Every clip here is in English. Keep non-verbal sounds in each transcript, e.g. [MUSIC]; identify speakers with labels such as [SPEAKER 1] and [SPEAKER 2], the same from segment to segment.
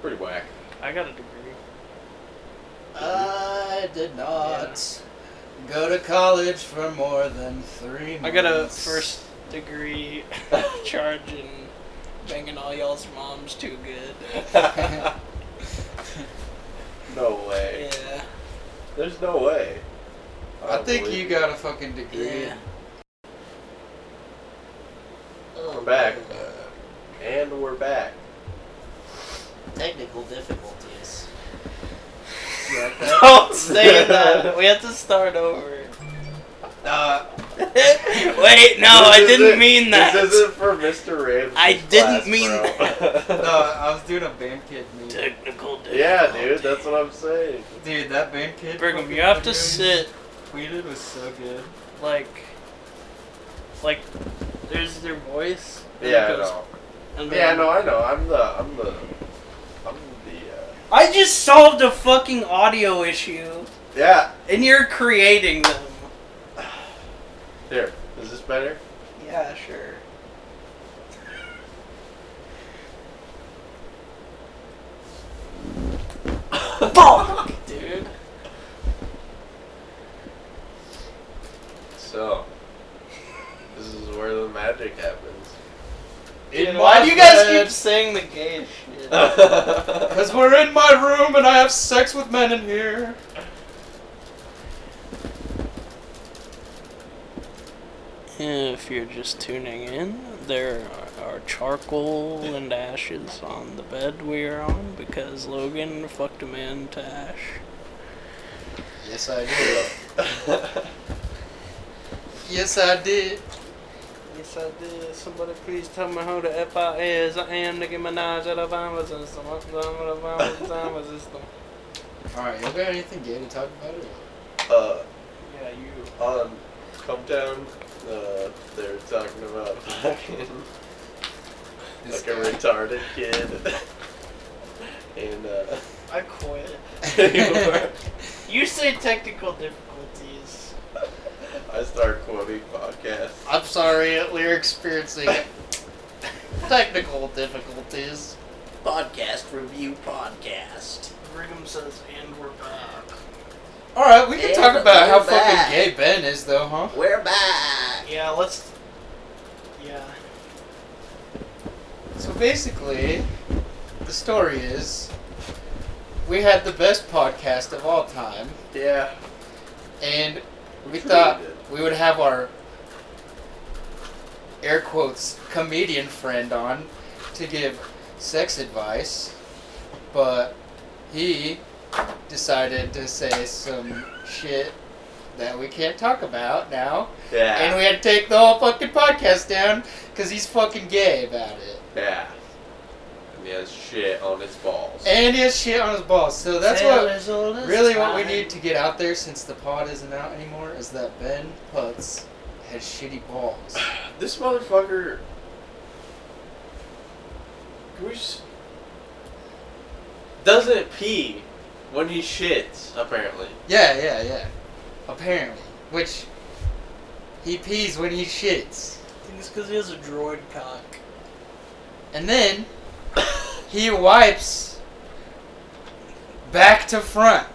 [SPEAKER 1] Pretty whack.
[SPEAKER 2] I got a degree.
[SPEAKER 3] I did not go to college for more than three months.
[SPEAKER 2] I got a
[SPEAKER 3] [LAUGHS]
[SPEAKER 2] first
[SPEAKER 1] [LAUGHS]
[SPEAKER 2] degree charge in banging all y'all's moms too good.
[SPEAKER 1] No way. [LAUGHS]
[SPEAKER 2] yeah.
[SPEAKER 1] There's no way.
[SPEAKER 3] I
[SPEAKER 2] [LAUGHS]
[SPEAKER 1] don't
[SPEAKER 3] think
[SPEAKER 1] believe
[SPEAKER 3] you got a fucking degree.
[SPEAKER 2] Yeah.
[SPEAKER 1] We're back.
[SPEAKER 3] Oh,
[SPEAKER 1] And we're back.
[SPEAKER 4] Technical difficulties.
[SPEAKER 3] You like that?
[SPEAKER 2] [LAUGHS] Don't say that. We have to start over.
[SPEAKER 3] Uh,
[SPEAKER 2] [LAUGHS] Wait, no, I
[SPEAKER 1] This
[SPEAKER 2] didn't
[SPEAKER 1] isn't-
[SPEAKER 2] mean
[SPEAKER 1] This
[SPEAKER 2] that.
[SPEAKER 1] isn't for Mr. Ramsey.
[SPEAKER 2] I
[SPEAKER 1] [LAUGHS]
[SPEAKER 2] didn't mean
[SPEAKER 3] no, I was doing a band kid meet.
[SPEAKER 2] Technical difficulty.
[SPEAKER 1] yeah, dude, that's what I'm saying.
[SPEAKER 3] Dude, that band kid.
[SPEAKER 2] Brigham,
[SPEAKER 3] fucking
[SPEAKER 2] you have to
[SPEAKER 3] video
[SPEAKER 2] sit
[SPEAKER 3] We did was so good.
[SPEAKER 2] like, like, there's their voice. and it
[SPEAKER 1] Yeah, I
[SPEAKER 2] goes-
[SPEAKER 1] know.
[SPEAKER 2] and
[SPEAKER 1] Yeah,
[SPEAKER 2] then-
[SPEAKER 1] no, I know. I'm the, I'm the, I'm the. Uh,
[SPEAKER 2] I just solved a fucking audio issue,
[SPEAKER 1] yeah.
[SPEAKER 2] and you're creating them.
[SPEAKER 1] Here, is this better?
[SPEAKER 2] Yeah, sure. Fuck, dude.
[SPEAKER 1] So, this is where the magic
[SPEAKER 3] [LAUGHS]
[SPEAKER 1] happens.
[SPEAKER 3] In
[SPEAKER 2] Why
[SPEAKER 3] my
[SPEAKER 2] do you guys
[SPEAKER 3] bed.
[SPEAKER 2] keep saying the gay shit?
[SPEAKER 3] [LAUGHS] Cause we're in my room and I have sex with men in here.
[SPEAKER 2] If you're just tuning in, there are charcoal and ashes on the bed we are on because Logan fucked a man to ash.
[SPEAKER 3] Yes, I did. yes, I did.
[SPEAKER 2] Yes, I did. Somebody please tell me who the F I is. I am Nicki Minaj at a Obama system. Obama system.
[SPEAKER 3] Alright, you got anything gay to talk about? Or?
[SPEAKER 1] uh,
[SPEAKER 2] Yeah, you.
[SPEAKER 1] on Um, Come Down, uh, they're talking about fucking
[SPEAKER 3] This
[SPEAKER 1] like a
[SPEAKER 3] guy.
[SPEAKER 1] retarded [LAUGHS] kid. and uh, [LAUGHS]
[SPEAKER 2] I quit.
[SPEAKER 1] anymore,
[SPEAKER 2] You say technical difficulties.
[SPEAKER 1] I start quoting podcasts.
[SPEAKER 4] I'm sorry, we're experiencing technical difficulties. Podcast review podcast.
[SPEAKER 2] Brigham says, and we're back.
[SPEAKER 3] [LAUGHS] Alright, we can
[SPEAKER 4] Yeah,
[SPEAKER 3] talk
[SPEAKER 4] but
[SPEAKER 3] about how
[SPEAKER 4] we're back.
[SPEAKER 3] fucking gay Ben is, though, huh?
[SPEAKER 4] We're back.
[SPEAKER 2] Yeah, let's. Yeah.
[SPEAKER 3] So basically, the story is we had the best podcast of all time,
[SPEAKER 1] Yeah.
[SPEAKER 3] and we
[SPEAKER 1] Which we
[SPEAKER 3] thought
[SPEAKER 1] did.
[SPEAKER 3] we would have our air quotes comedian friend on to give sex advice, but he decided to say some shit that we can't talk about now,
[SPEAKER 1] Yeah.
[SPEAKER 3] and we had to take the whole fucking podcast down because he's fucking gay about it.
[SPEAKER 1] yeah. And he has shit on his balls.
[SPEAKER 3] And he has shit on his balls. So that's what
[SPEAKER 2] what.
[SPEAKER 3] really what we need to get out there since the pod isn't out anymore is that Ben Putz has shitty balls.
[SPEAKER 1] This motherfucker. Can we just- Doesn't pee when he shits, apparently.
[SPEAKER 3] Yeah, yeah, yeah. Apparently. Which he pees when he shits.
[SPEAKER 2] I think it's because he has a droid cock.
[SPEAKER 3] And then he wipes back to front.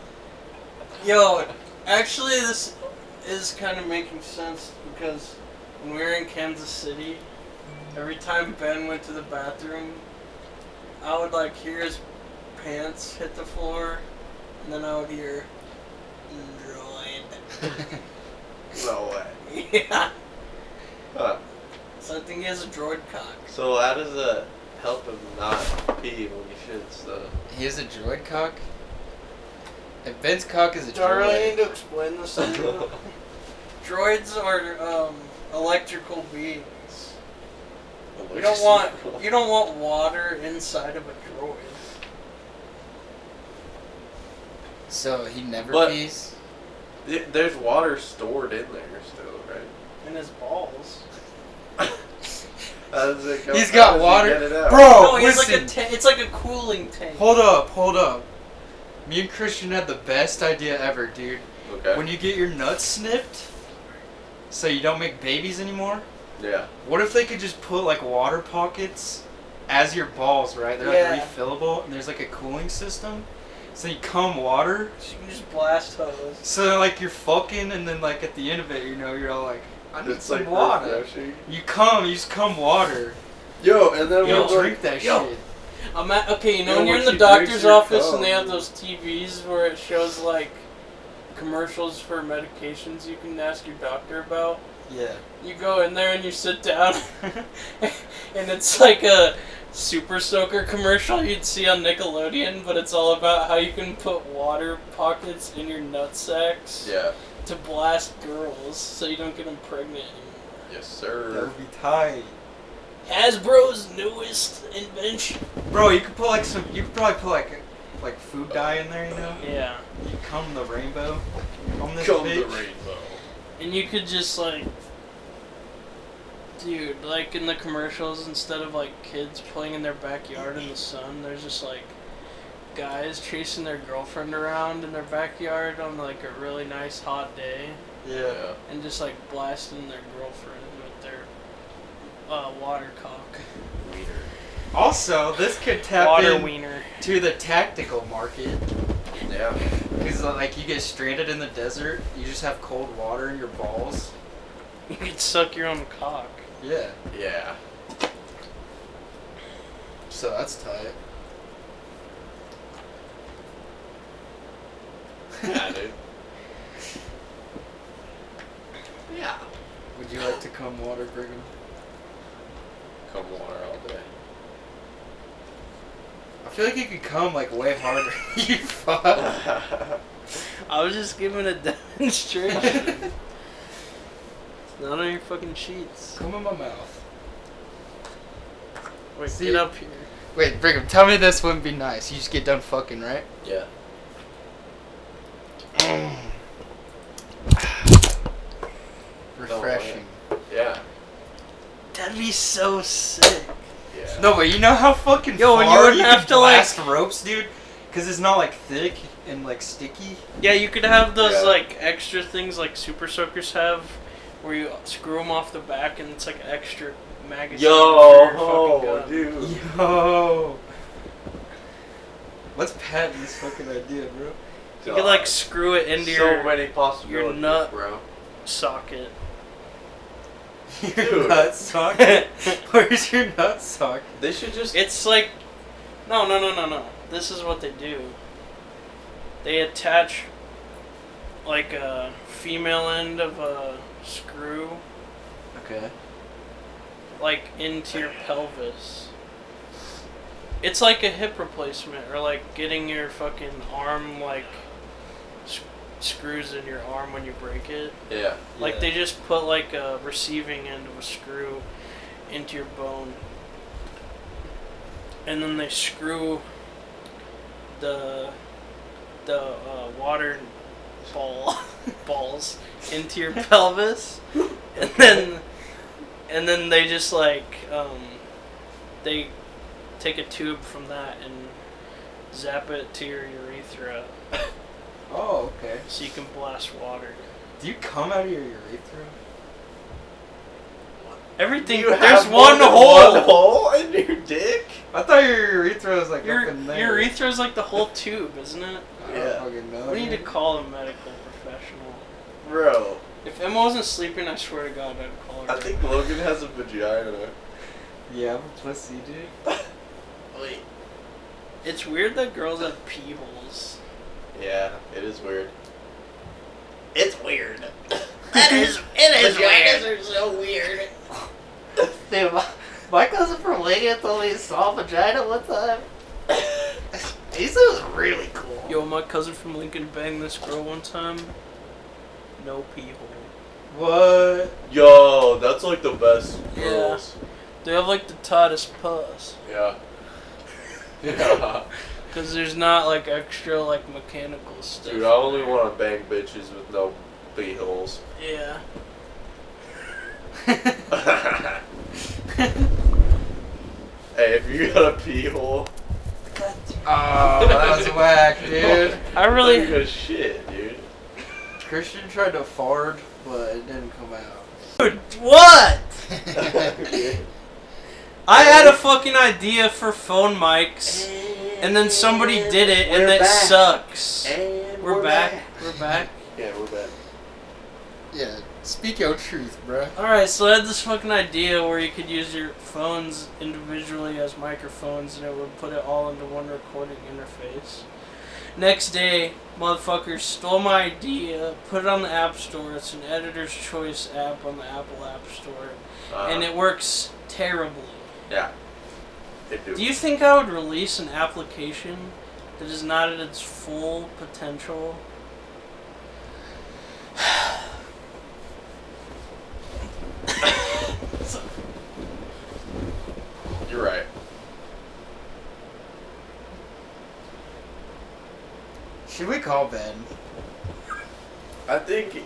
[SPEAKER 3] [LAUGHS]
[SPEAKER 2] Yo, actually, this is kind of making sense because when we were in Kansas City, every time Ben went to the bathroom, I would like hear his pants hit the floor, and then I would hear droid. [LAUGHS]
[SPEAKER 1] No way.
[SPEAKER 2] yeah.
[SPEAKER 1] Huh.
[SPEAKER 2] So I think he has a droid cock.
[SPEAKER 1] So how does that help him not pee when he shits,
[SPEAKER 3] [LAUGHS]
[SPEAKER 1] though?
[SPEAKER 3] He has a droid cock. If Ben's cock is a
[SPEAKER 2] Do I really
[SPEAKER 3] droid,
[SPEAKER 2] need to explain this to you? [LAUGHS] Droids are um, electrical beings. You don't want you don't want water inside of a droid.
[SPEAKER 3] so he never
[SPEAKER 1] But-
[SPEAKER 3] pees.
[SPEAKER 1] Th- There's water stored in there still, right?
[SPEAKER 2] In his balls.
[SPEAKER 1] How does it go?
[SPEAKER 3] He's
[SPEAKER 1] how
[SPEAKER 3] got
[SPEAKER 1] does he
[SPEAKER 3] water-
[SPEAKER 1] get it out?
[SPEAKER 3] Bro,
[SPEAKER 2] no, he has like a
[SPEAKER 3] listen.
[SPEAKER 2] ta- it's like a cooling tank.
[SPEAKER 3] Hold up, hold up. Me and Christian had the best idea ever, dude.
[SPEAKER 1] Okay.
[SPEAKER 3] When you get your nuts snipped, so you don't make babies anymore,
[SPEAKER 1] yeah.
[SPEAKER 3] what if they could just put like water pockets as your balls, right? They're
[SPEAKER 2] Yeah.
[SPEAKER 3] like refillable, and there's like a cooling system. So you come water.
[SPEAKER 2] You can just blast hose.
[SPEAKER 3] So like you're fucking, and then like at the end of it, you know, you're all like, I need
[SPEAKER 1] It's
[SPEAKER 3] some
[SPEAKER 1] like
[SPEAKER 3] water.
[SPEAKER 1] refreshing.
[SPEAKER 3] You come, you just come water.
[SPEAKER 1] Yo, and then
[SPEAKER 3] You don't
[SPEAKER 1] we're like,
[SPEAKER 3] drink that
[SPEAKER 1] yo,
[SPEAKER 3] shit.
[SPEAKER 2] I'm at, okay, you know
[SPEAKER 1] Yeah,
[SPEAKER 2] when you're in
[SPEAKER 1] once
[SPEAKER 2] the
[SPEAKER 1] you drink
[SPEAKER 2] doctor's
[SPEAKER 1] your
[SPEAKER 2] office and they
[SPEAKER 1] cum.
[SPEAKER 2] have those TVs where it shows like commercials for medications you can ask your doctor about.
[SPEAKER 3] Yeah.
[SPEAKER 2] You go in there and you sit down, [LAUGHS] and it's like a super soaker commercial you'd see on Nickelodeon, but it's all about how you can put water pockets in your nut sacks
[SPEAKER 1] Yeah.
[SPEAKER 2] to blast girls so you don't get them pregnant anymore.
[SPEAKER 1] Yes,
[SPEAKER 3] That
[SPEAKER 1] sir.
[SPEAKER 3] would be tight.
[SPEAKER 2] Hasbro's newest invention.
[SPEAKER 3] Bro, you could put like some. You could probably put like a- like food dye in there, you know.
[SPEAKER 2] Yeah.
[SPEAKER 3] You come the rainbow. Come this
[SPEAKER 1] Come the
[SPEAKER 3] bitch.
[SPEAKER 1] rainbow.
[SPEAKER 2] And you could just like, dude, like in the commercials, instead of like kids playing in their backyard in the sun, there's just like guys chasing their girlfriend around in their backyard on like a really nice hot day,
[SPEAKER 3] Yeah.
[SPEAKER 2] and just like blasting their girlfriend with their uh, water cock,
[SPEAKER 3] Also, this could tap
[SPEAKER 2] water
[SPEAKER 3] in
[SPEAKER 2] wiener.
[SPEAKER 3] to the tactical market.
[SPEAKER 1] Yeah. Yeah.
[SPEAKER 3] Because like you get stranded in the desert, you just have cold water in your balls.
[SPEAKER 2] You could suck your own cock.
[SPEAKER 3] Yeah.
[SPEAKER 1] Yeah.
[SPEAKER 3] So that's tight. [LAUGHS]
[SPEAKER 1] Yeah, dude.
[SPEAKER 4] Yeah.
[SPEAKER 3] Would you like to come water, Brigham?
[SPEAKER 1] Come water all [LAUGHS] day.
[SPEAKER 3] I feel like you could come like way harder. [LAUGHS] you fuck.
[SPEAKER 1] [LAUGHS]
[SPEAKER 2] I was just giving a [LAUGHS] demonstration. it's not on your fucking sheets.
[SPEAKER 3] Come in my mouth.
[SPEAKER 2] Wait,
[SPEAKER 3] See-
[SPEAKER 2] get up here.
[SPEAKER 3] Wait, Brigham, tell me this wouldn't be nice. You just get done fucking, [SIGHS] right?
[SPEAKER 1] yeah.
[SPEAKER 3] Refreshing.
[SPEAKER 1] Yeah.
[SPEAKER 2] That'd be so sick.
[SPEAKER 1] Yeah.
[SPEAKER 3] No, but you know how fucking
[SPEAKER 2] Yo, and you
[SPEAKER 3] far
[SPEAKER 2] wouldn't
[SPEAKER 3] you
[SPEAKER 2] have
[SPEAKER 3] could
[SPEAKER 2] to, like-
[SPEAKER 3] blast ropes, dude? Because it's not like thick and like sticky.
[SPEAKER 2] Yeah, you could have those
[SPEAKER 1] Yeah.
[SPEAKER 2] like extra things like Super Soakers have, where you screw them off the back and it's like an extra magazine. for your fucking
[SPEAKER 1] Yo,
[SPEAKER 2] gun.
[SPEAKER 1] dude.
[SPEAKER 3] Yo. Let's patent this fucking idea, bro. [LAUGHS]
[SPEAKER 2] You could like screw it into your
[SPEAKER 1] many possibilities,
[SPEAKER 2] nut.
[SPEAKER 1] bro.
[SPEAKER 2] socket.
[SPEAKER 3] Your
[SPEAKER 1] Dude.
[SPEAKER 3] nut [LAUGHS] socket. Where's your nut socket?
[SPEAKER 1] They should just.
[SPEAKER 2] It's like, no, no, no, no, no. This is what they do. They attach like a female end of a screw
[SPEAKER 3] Okay.
[SPEAKER 2] like into your pelvis. It's like a hip replacement, or like getting your fucking arm like s- screws in your arm when you break it.
[SPEAKER 1] yeah.
[SPEAKER 2] Like they just put like a receiving end of a screw into your bone, and then they screw the the uh, water ball [LAUGHS] balls
[SPEAKER 1] [LAUGHS]
[SPEAKER 2] into your pelvis, and then and then they just like um, they take a tube from that and zap it to your urethra
[SPEAKER 3] Oh, okay.
[SPEAKER 2] so you can blast water.
[SPEAKER 3] Do you come out of your urethra?
[SPEAKER 2] Everything
[SPEAKER 1] You
[SPEAKER 2] there's
[SPEAKER 1] have more
[SPEAKER 2] one
[SPEAKER 1] than
[SPEAKER 2] hole.
[SPEAKER 1] [LAUGHS] One hole in your dick?
[SPEAKER 3] I thought your urethra was like up
[SPEAKER 2] Your
[SPEAKER 3] in there.
[SPEAKER 2] your urethra is like the whole tube, isn't it?
[SPEAKER 3] I don't
[SPEAKER 1] Oh, Yeah.
[SPEAKER 3] fucking know.
[SPEAKER 2] We need to
[SPEAKER 3] dude.
[SPEAKER 2] call a medical professional.
[SPEAKER 1] Bro,
[SPEAKER 2] If Emma wasn't sleeping, I swear to God, I'd call her.
[SPEAKER 1] I think Logan has a vagina.
[SPEAKER 3] Yeah, I'm a pussy, dude.
[SPEAKER 4] Wait.
[SPEAKER 2] it's weird that girls have pee holes.
[SPEAKER 1] Yeah, it is weird.
[SPEAKER 4] It's weird. That is. [COUGHS] It is Vaginas weird. are so weird. [LAUGHS] Dude, my, my cousin from Lincoln told me he saw a vagina one [COUGHS] time. he said it was really cool.
[SPEAKER 2] Yo, my cousin from Lincoln banged this girl one time. No pee hole.
[SPEAKER 3] What?
[SPEAKER 1] Yo, that's like the best
[SPEAKER 2] Yeah.
[SPEAKER 1] girls.
[SPEAKER 2] They have like the tightest puss,
[SPEAKER 1] [LAUGHS] Yeah. Yeah.
[SPEAKER 2] cause there's not like extra like mechanical stuff.
[SPEAKER 1] Dude, I only want to bang bitches with no pee holes. [LAUGHS]
[SPEAKER 2] Yeah. [LAUGHS]
[SPEAKER 1] hey, if you got a pee hole,
[SPEAKER 3] [LAUGHS] Oh, that was whack,
[SPEAKER 1] [LAUGHS]
[SPEAKER 3] dude.
[SPEAKER 2] I
[SPEAKER 1] you're
[SPEAKER 2] really.
[SPEAKER 1] gonna shit, dude. [LAUGHS]
[SPEAKER 3] Christian tried to fart, [LAUGHS] but it didn't come
[SPEAKER 4] What?
[SPEAKER 3] out.
[SPEAKER 1] Dude,
[SPEAKER 2] I had a fucking idea for phone mics, and then somebody did it, and
[SPEAKER 4] We're
[SPEAKER 2] that
[SPEAKER 4] back.
[SPEAKER 2] sucks.
[SPEAKER 4] And
[SPEAKER 2] we're, back. We're back.
[SPEAKER 1] Yeah, we're back.
[SPEAKER 3] Yeah, speak your truth, bruh.
[SPEAKER 2] Alright, so I had this fucking idea where you could use your phones individually as microphones and it would put it all into one recording interface. Next day, motherfuckers stole my idea, put it on the App Store. It's an editor's choice app on the Apple App Store,
[SPEAKER 1] Uh,
[SPEAKER 2] and it works terribly.
[SPEAKER 1] they do.
[SPEAKER 2] Do you think I would release an application that is not at its full potential?
[SPEAKER 1] You're right.
[SPEAKER 3] Should we call Ben?
[SPEAKER 1] I think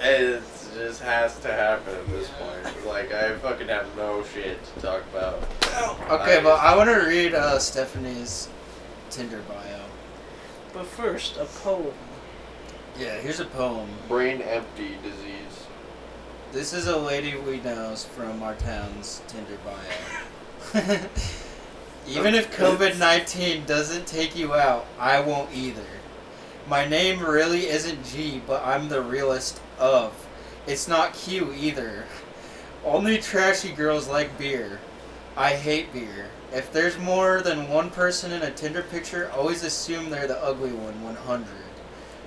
[SPEAKER 1] it just has to happen at this point. Like, I fucking have no shit to talk about.
[SPEAKER 3] Okay,
[SPEAKER 1] I-
[SPEAKER 3] well, I want to read uh, Stephanie's Tinder bio.
[SPEAKER 2] But first, a poem.
[SPEAKER 3] Yeah, here's a poem.
[SPEAKER 1] Brain empty disease.
[SPEAKER 3] This is a lady we knows from our town's Tinder bio. [LAUGHS] Even if COVID 19 doesn't take you out, I won't either. My name really isn't G, but I'm the realest of. It's not Q either. Only trashy girls like beer. I hate beer. If there's more than one person in a Tinder picture, always assume they're the ugly one 100.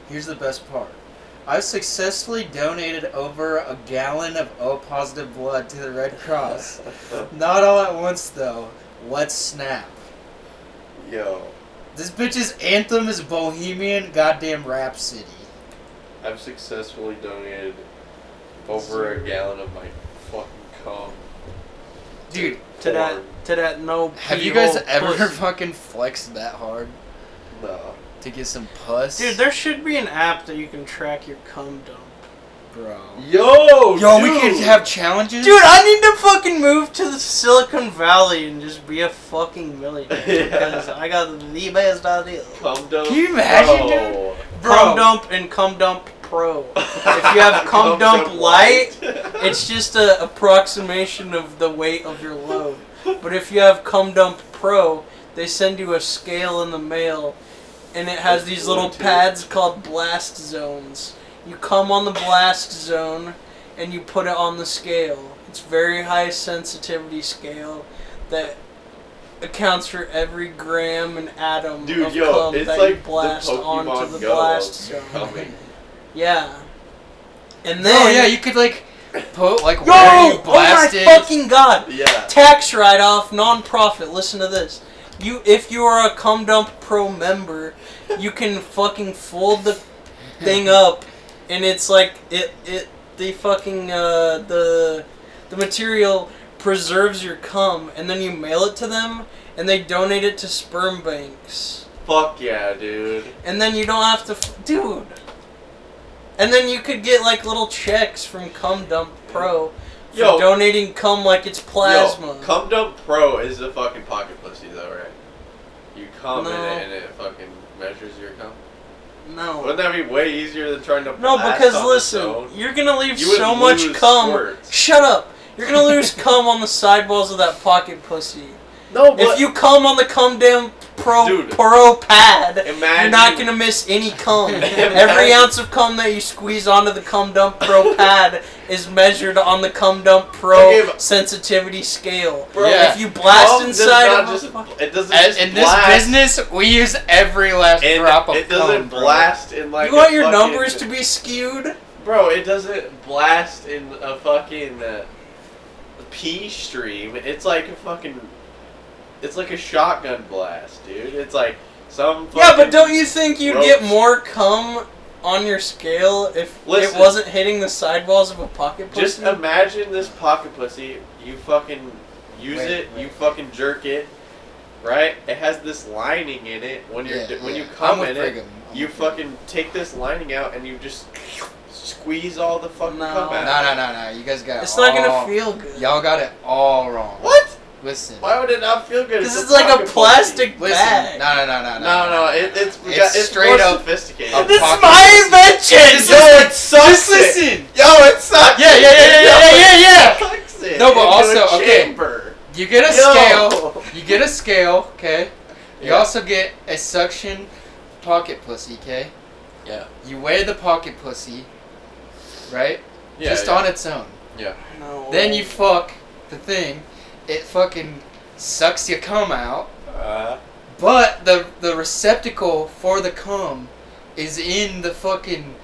[SPEAKER 3] Here's the best part. I've successfully donated over a gallon of O positive blood to the Red
[SPEAKER 2] [LAUGHS]
[SPEAKER 3] Cross. Not all at once, though. Let's snap.
[SPEAKER 1] [LAUGHS] Yo,
[SPEAKER 3] This bitch's anthem is Bohemian Goddamn Rhapsody.
[SPEAKER 1] I've successfully donated over a gallon of my fucking cum.
[SPEAKER 3] Dude,
[SPEAKER 2] To that,
[SPEAKER 1] Porn.
[SPEAKER 2] to that no.
[SPEAKER 3] have you guys
[SPEAKER 2] pee-hole
[SPEAKER 3] ever
[SPEAKER 2] pussy.
[SPEAKER 3] fucking flexed that hard
[SPEAKER 1] No.
[SPEAKER 3] to get some puss?
[SPEAKER 2] Dude, there should be an app that you can track your cum dump.
[SPEAKER 3] bro.
[SPEAKER 1] Yo,
[SPEAKER 3] Yo, we
[SPEAKER 1] dude!
[SPEAKER 3] could have challenges?
[SPEAKER 2] Dude, I need to fucking move to the Silicon Valley and just be a fucking [LAUGHS] millionaire
[SPEAKER 1] Yeah.
[SPEAKER 2] because I got the best idea.
[SPEAKER 1] cum dump.
[SPEAKER 3] Can you imagine,
[SPEAKER 1] Bro.
[SPEAKER 2] Cum dump and cum dump [LAUGHS] pro. If
[SPEAKER 1] [LAUGHS]
[SPEAKER 2] you have cum dump light, It's just a approximation of the weight of your load. But if you have cum dump pro, they send you a scale in the mail, and it has these little pads called blast zones. You come on the blast zone, and you put it on the scale. It's very high sensitivity scale that accounts for every gram and atom
[SPEAKER 1] Dude,
[SPEAKER 2] of
[SPEAKER 1] yo,
[SPEAKER 2] cum
[SPEAKER 1] it's
[SPEAKER 2] that you
[SPEAKER 1] like
[SPEAKER 2] blast
[SPEAKER 1] the Pokemon
[SPEAKER 2] onto the
[SPEAKER 1] Go [LAUGHS]
[SPEAKER 2] blast zone.
[SPEAKER 1] coming.
[SPEAKER 2] Yeah. And then
[SPEAKER 3] No, Oh, yeah, you could like put like
[SPEAKER 2] Yo!
[SPEAKER 3] where you
[SPEAKER 2] Oh my
[SPEAKER 3] blasted.
[SPEAKER 2] fucking god!
[SPEAKER 1] Yeah.
[SPEAKER 2] Tax write-off, non-profit. Listen to this. You, if you are a Cum Dump Pro member, you
[SPEAKER 3] [LAUGHS]
[SPEAKER 2] can fucking fold the thing up, and it's like it it the fucking uh, the the material preserves your cum, and then you mail it to them, and they donate it to sperm banks,
[SPEAKER 1] Fuck yeah, dude.
[SPEAKER 2] and then you don't have to, f- dude. And then you could get like little checks from Cum Dump Pro for
[SPEAKER 1] Yo,
[SPEAKER 2] donating cum like it's plasma.
[SPEAKER 1] Yo, cum dump pro is a fucking pocket pussy though, right? You cum in
[SPEAKER 2] No.
[SPEAKER 1] it and it fucking measures your cum.
[SPEAKER 2] no.
[SPEAKER 1] Wouldn't that be way easier than trying to?
[SPEAKER 2] No,
[SPEAKER 1] blast
[SPEAKER 2] because
[SPEAKER 1] on
[SPEAKER 2] listen,
[SPEAKER 1] its own?
[SPEAKER 2] you're gonna leave
[SPEAKER 1] You would
[SPEAKER 2] so much
[SPEAKER 1] lose
[SPEAKER 2] cum.
[SPEAKER 1] squirts.
[SPEAKER 2] Shut up. You're gonna
[SPEAKER 1] [LAUGHS]
[SPEAKER 2] lose cum on the sidewalls of that pocket pussy.
[SPEAKER 1] No, but
[SPEAKER 2] If you cum on the cum damn pro
[SPEAKER 1] Dude.
[SPEAKER 2] pro pad, you're
[SPEAKER 1] Imagine-
[SPEAKER 2] not gonna miss any
[SPEAKER 3] [LAUGHS]
[SPEAKER 2] cum. Every
[SPEAKER 1] Imagine-
[SPEAKER 2] ounce of cum that you squeeze onto the cum dump pro pad is measured on the cum dump pro
[SPEAKER 1] Okay, but-
[SPEAKER 2] sensitivity scale.
[SPEAKER 1] Bro,
[SPEAKER 3] Yeah.
[SPEAKER 2] If you blast
[SPEAKER 1] cum does
[SPEAKER 2] inside
[SPEAKER 1] not
[SPEAKER 2] of a
[SPEAKER 1] just-
[SPEAKER 2] fuck-
[SPEAKER 1] it doesn't
[SPEAKER 3] As-
[SPEAKER 1] just
[SPEAKER 3] in this
[SPEAKER 1] blast
[SPEAKER 3] business, we use every last
[SPEAKER 1] and
[SPEAKER 3] drop of
[SPEAKER 1] it doesn't
[SPEAKER 3] cum, bro.
[SPEAKER 1] blast in like.
[SPEAKER 2] you want
[SPEAKER 1] a
[SPEAKER 2] your
[SPEAKER 1] fucking-
[SPEAKER 2] numbers to be skewed?
[SPEAKER 1] Bro, it doesn't blast in a fucking uh, pee stream. It's like a fucking. It's like a shotgun blast, dude. It's like some. Fucking,
[SPEAKER 2] Yeah, but don't you think you'd
[SPEAKER 1] ropes.
[SPEAKER 2] get more cum on your scale if
[SPEAKER 1] Listen.
[SPEAKER 2] it wasn't hitting the sidewalls of a pocket pussy?
[SPEAKER 1] Just imagine this pocket pussy. You fucking use
[SPEAKER 3] Wait,
[SPEAKER 1] it.
[SPEAKER 3] wait.
[SPEAKER 1] You fucking jerk it. Right? It has this lining in it. When you're
[SPEAKER 3] Yeah,
[SPEAKER 1] when
[SPEAKER 3] yeah.
[SPEAKER 1] you
[SPEAKER 3] I'm
[SPEAKER 1] come
[SPEAKER 3] with
[SPEAKER 1] in it,
[SPEAKER 3] Brigham. I'm
[SPEAKER 1] you
[SPEAKER 3] with Brigham.
[SPEAKER 1] fucking take this lining out and you just squeeze all the fucking
[SPEAKER 2] No.
[SPEAKER 1] cum out.
[SPEAKER 3] No, no, no, no. You guys got it
[SPEAKER 2] it's not
[SPEAKER 3] all-
[SPEAKER 2] gonna feel good.
[SPEAKER 3] Y'all got it all wrong.
[SPEAKER 1] What?
[SPEAKER 3] Listen.
[SPEAKER 1] Why would it not feel good?
[SPEAKER 2] This is like a
[SPEAKER 1] pocket pussy.
[SPEAKER 2] plastic
[SPEAKER 3] Listen.
[SPEAKER 2] bag.
[SPEAKER 3] No, no, no, no, no.
[SPEAKER 1] No, no, it, it's
[SPEAKER 3] It's
[SPEAKER 1] got-
[SPEAKER 3] straight
[SPEAKER 1] more
[SPEAKER 3] up-
[SPEAKER 1] sophisticated.
[SPEAKER 3] up-
[SPEAKER 2] this is
[SPEAKER 3] pocket
[SPEAKER 2] my
[SPEAKER 3] pussy.
[SPEAKER 2] invention.
[SPEAKER 3] Just
[SPEAKER 1] Yo,
[SPEAKER 3] listen.
[SPEAKER 1] it sucks
[SPEAKER 3] Just
[SPEAKER 1] it.
[SPEAKER 3] listen.
[SPEAKER 1] Yo, it sucks.
[SPEAKER 3] Yeah, yeah, yeah, yeah, yeah, yeah, yeah.
[SPEAKER 1] It sucks it
[SPEAKER 3] No, but
[SPEAKER 1] into a
[SPEAKER 3] also, okay.
[SPEAKER 1] chamber.
[SPEAKER 3] You get a
[SPEAKER 1] Yo!
[SPEAKER 3] scale. You get a scale, okay? You
[SPEAKER 1] Yeah.
[SPEAKER 3] also get a suction pocket pussy, okay?
[SPEAKER 1] Yeah.
[SPEAKER 3] You weigh the pocket pussy, right?
[SPEAKER 1] Yeah,
[SPEAKER 3] Just
[SPEAKER 1] yeah.
[SPEAKER 3] on its own.
[SPEAKER 2] No.
[SPEAKER 3] Then you fuck the thing. It fucking sucks your cum out.
[SPEAKER 1] Uh,
[SPEAKER 3] But the the receptacle for the cum is in the fucking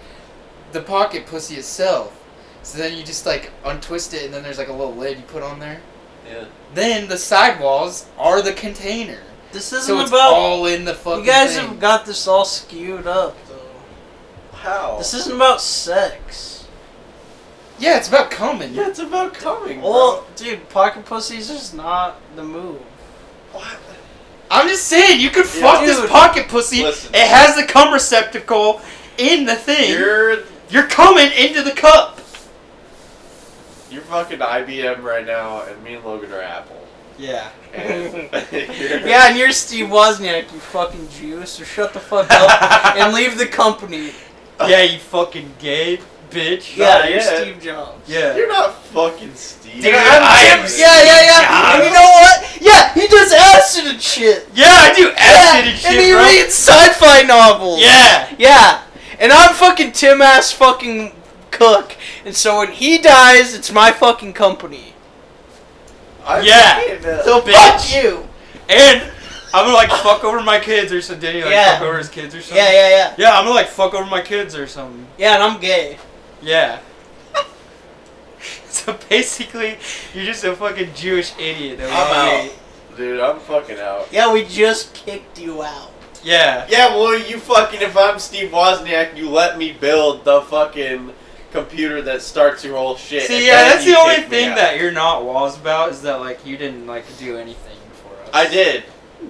[SPEAKER 3] the pocket pussy itself. So then you just like untwist it and then there's like a little lid you put on there.
[SPEAKER 1] yeah.
[SPEAKER 3] Then the sidewalls are the container.
[SPEAKER 2] This isn't
[SPEAKER 3] so it's
[SPEAKER 2] about.
[SPEAKER 3] all in the fucking
[SPEAKER 2] You guys
[SPEAKER 3] thing.
[SPEAKER 2] have got this all skewed up, though.
[SPEAKER 1] How?
[SPEAKER 2] This isn't about sex.
[SPEAKER 3] yeah, it's about coming.
[SPEAKER 1] yeah, it's about coming.
[SPEAKER 2] Well, dude, pocket pussy's just not the move.
[SPEAKER 1] bro. What?
[SPEAKER 3] I'm just saying you could
[SPEAKER 1] Yeah.
[SPEAKER 3] fuck this
[SPEAKER 2] Dude,
[SPEAKER 3] pocket pussy.
[SPEAKER 1] listen.
[SPEAKER 3] It has the cum receptacle in the thing. You're,
[SPEAKER 1] You're
[SPEAKER 3] coming into the cup.
[SPEAKER 1] you're fucking IBM right now, and me and Logan are Apple. [LAUGHS]
[SPEAKER 2] Yeah.
[SPEAKER 3] [LAUGHS]
[SPEAKER 1] And
[SPEAKER 2] Yeah, and you're Steve Wozniak, you fucking Jew, so shut the fuck
[SPEAKER 3] [LAUGHS]
[SPEAKER 2] up and leave the company.
[SPEAKER 3] yeah, you fucking gay bitch.
[SPEAKER 2] Yeah,
[SPEAKER 1] Not
[SPEAKER 2] you're
[SPEAKER 1] yet.
[SPEAKER 2] Steve Jobs.
[SPEAKER 3] Yeah.
[SPEAKER 1] You're not fucking Steve.
[SPEAKER 3] Dude,
[SPEAKER 1] I'm
[SPEAKER 3] I am-
[SPEAKER 1] Steve
[SPEAKER 2] Yeah, yeah, yeah. And you
[SPEAKER 1] Jobs.
[SPEAKER 2] know what? Yeah, he does acid and shit.
[SPEAKER 3] Yeah, I do acid
[SPEAKER 2] yeah,
[SPEAKER 3] and shit,
[SPEAKER 2] he
[SPEAKER 3] bro.
[SPEAKER 2] reads sci-fi novels.
[SPEAKER 3] yeah.
[SPEAKER 2] Yeah. And I'm fucking Tim ass fucking cook. And so when he dies, it's my fucking company.
[SPEAKER 1] I'm
[SPEAKER 3] Yeah.
[SPEAKER 1] fucking, uh,
[SPEAKER 2] So
[SPEAKER 3] Bitch.
[SPEAKER 2] fuck you.
[SPEAKER 3] And I'm gonna like fuck over my kids or something. Danny like
[SPEAKER 2] Yeah.
[SPEAKER 3] fuck over his kids or something.
[SPEAKER 2] Yeah, yeah, yeah.
[SPEAKER 3] Yeah, I'm gonna like fuck over my kids or something.
[SPEAKER 2] Yeah, and I'm gay.
[SPEAKER 3] Yeah. [LAUGHS] so basically, you're just a fucking Jewish idiot. That we all
[SPEAKER 1] I'm
[SPEAKER 3] hate.
[SPEAKER 1] out, dude. I'm fucking out.
[SPEAKER 2] Yeah, we just kicked you out.
[SPEAKER 3] Yeah.
[SPEAKER 1] Yeah, well, you fucking, if I'm Steve Wozniak, you let me build the fucking computer that starts your whole shit. and
[SPEAKER 3] See, yeah,
[SPEAKER 1] then
[SPEAKER 3] that's
[SPEAKER 1] you
[SPEAKER 3] the only
[SPEAKER 1] kick me
[SPEAKER 3] thing
[SPEAKER 1] out.
[SPEAKER 3] that you're not walls about is that like you didn't like do anything for us.
[SPEAKER 1] I did.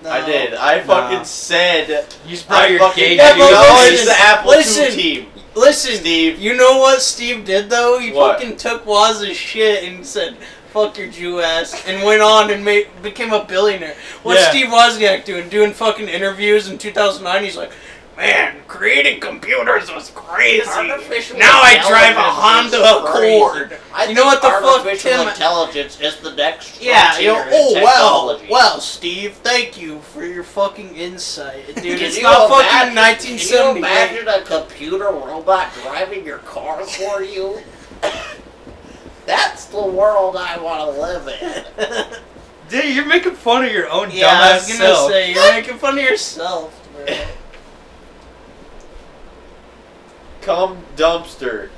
[SPEAKER 2] No.
[SPEAKER 1] I did. I fucking
[SPEAKER 3] Nah.
[SPEAKER 1] said.
[SPEAKER 3] You just brought
[SPEAKER 1] I
[SPEAKER 3] your
[SPEAKER 1] fucking
[SPEAKER 3] gay
[SPEAKER 2] Yeah,
[SPEAKER 3] Jewish
[SPEAKER 2] but
[SPEAKER 1] acknowledged
[SPEAKER 2] listen,
[SPEAKER 1] the Apple II
[SPEAKER 2] listen.
[SPEAKER 1] team.
[SPEAKER 2] Listen,
[SPEAKER 1] Steve.
[SPEAKER 2] You know what Steve did though? He
[SPEAKER 1] What?
[SPEAKER 2] fucking took Waz's shit and said, "Fuck your Jew ass," and went on and made became a billionaire. What's
[SPEAKER 3] Yeah.
[SPEAKER 2] Steve Wozniak doing? Doing fucking interviews in 2009? He's like, "Man, creating computers was crazy.
[SPEAKER 4] Artificial
[SPEAKER 2] Now I drive a
[SPEAKER 4] intelligence is
[SPEAKER 2] Honda
[SPEAKER 4] crazy."
[SPEAKER 2] Accord."
[SPEAKER 4] I
[SPEAKER 2] You know what
[SPEAKER 4] think
[SPEAKER 2] the fuck,
[SPEAKER 4] artificial
[SPEAKER 2] Tim-
[SPEAKER 4] intelligence is the next.
[SPEAKER 2] Yeah, you know,
[SPEAKER 4] frontier in
[SPEAKER 2] oh well,
[SPEAKER 4] technology.
[SPEAKER 2] well, Steve, thank you for your fucking insight, dude.
[SPEAKER 4] Can
[SPEAKER 2] it's
[SPEAKER 4] you
[SPEAKER 2] not
[SPEAKER 4] imagine-
[SPEAKER 2] fucking
[SPEAKER 4] Can you
[SPEAKER 2] 1970.
[SPEAKER 4] imagine a computer robot driving your car for you? [LAUGHS] That's the world I want to live in. [LAUGHS]
[SPEAKER 3] Dude, you're making fun of your own
[SPEAKER 2] yeah, I
[SPEAKER 3] dumbass
[SPEAKER 2] was gonna
[SPEAKER 3] self.
[SPEAKER 2] say you're making fun of yourself, bro.
[SPEAKER 1] Come dumpster.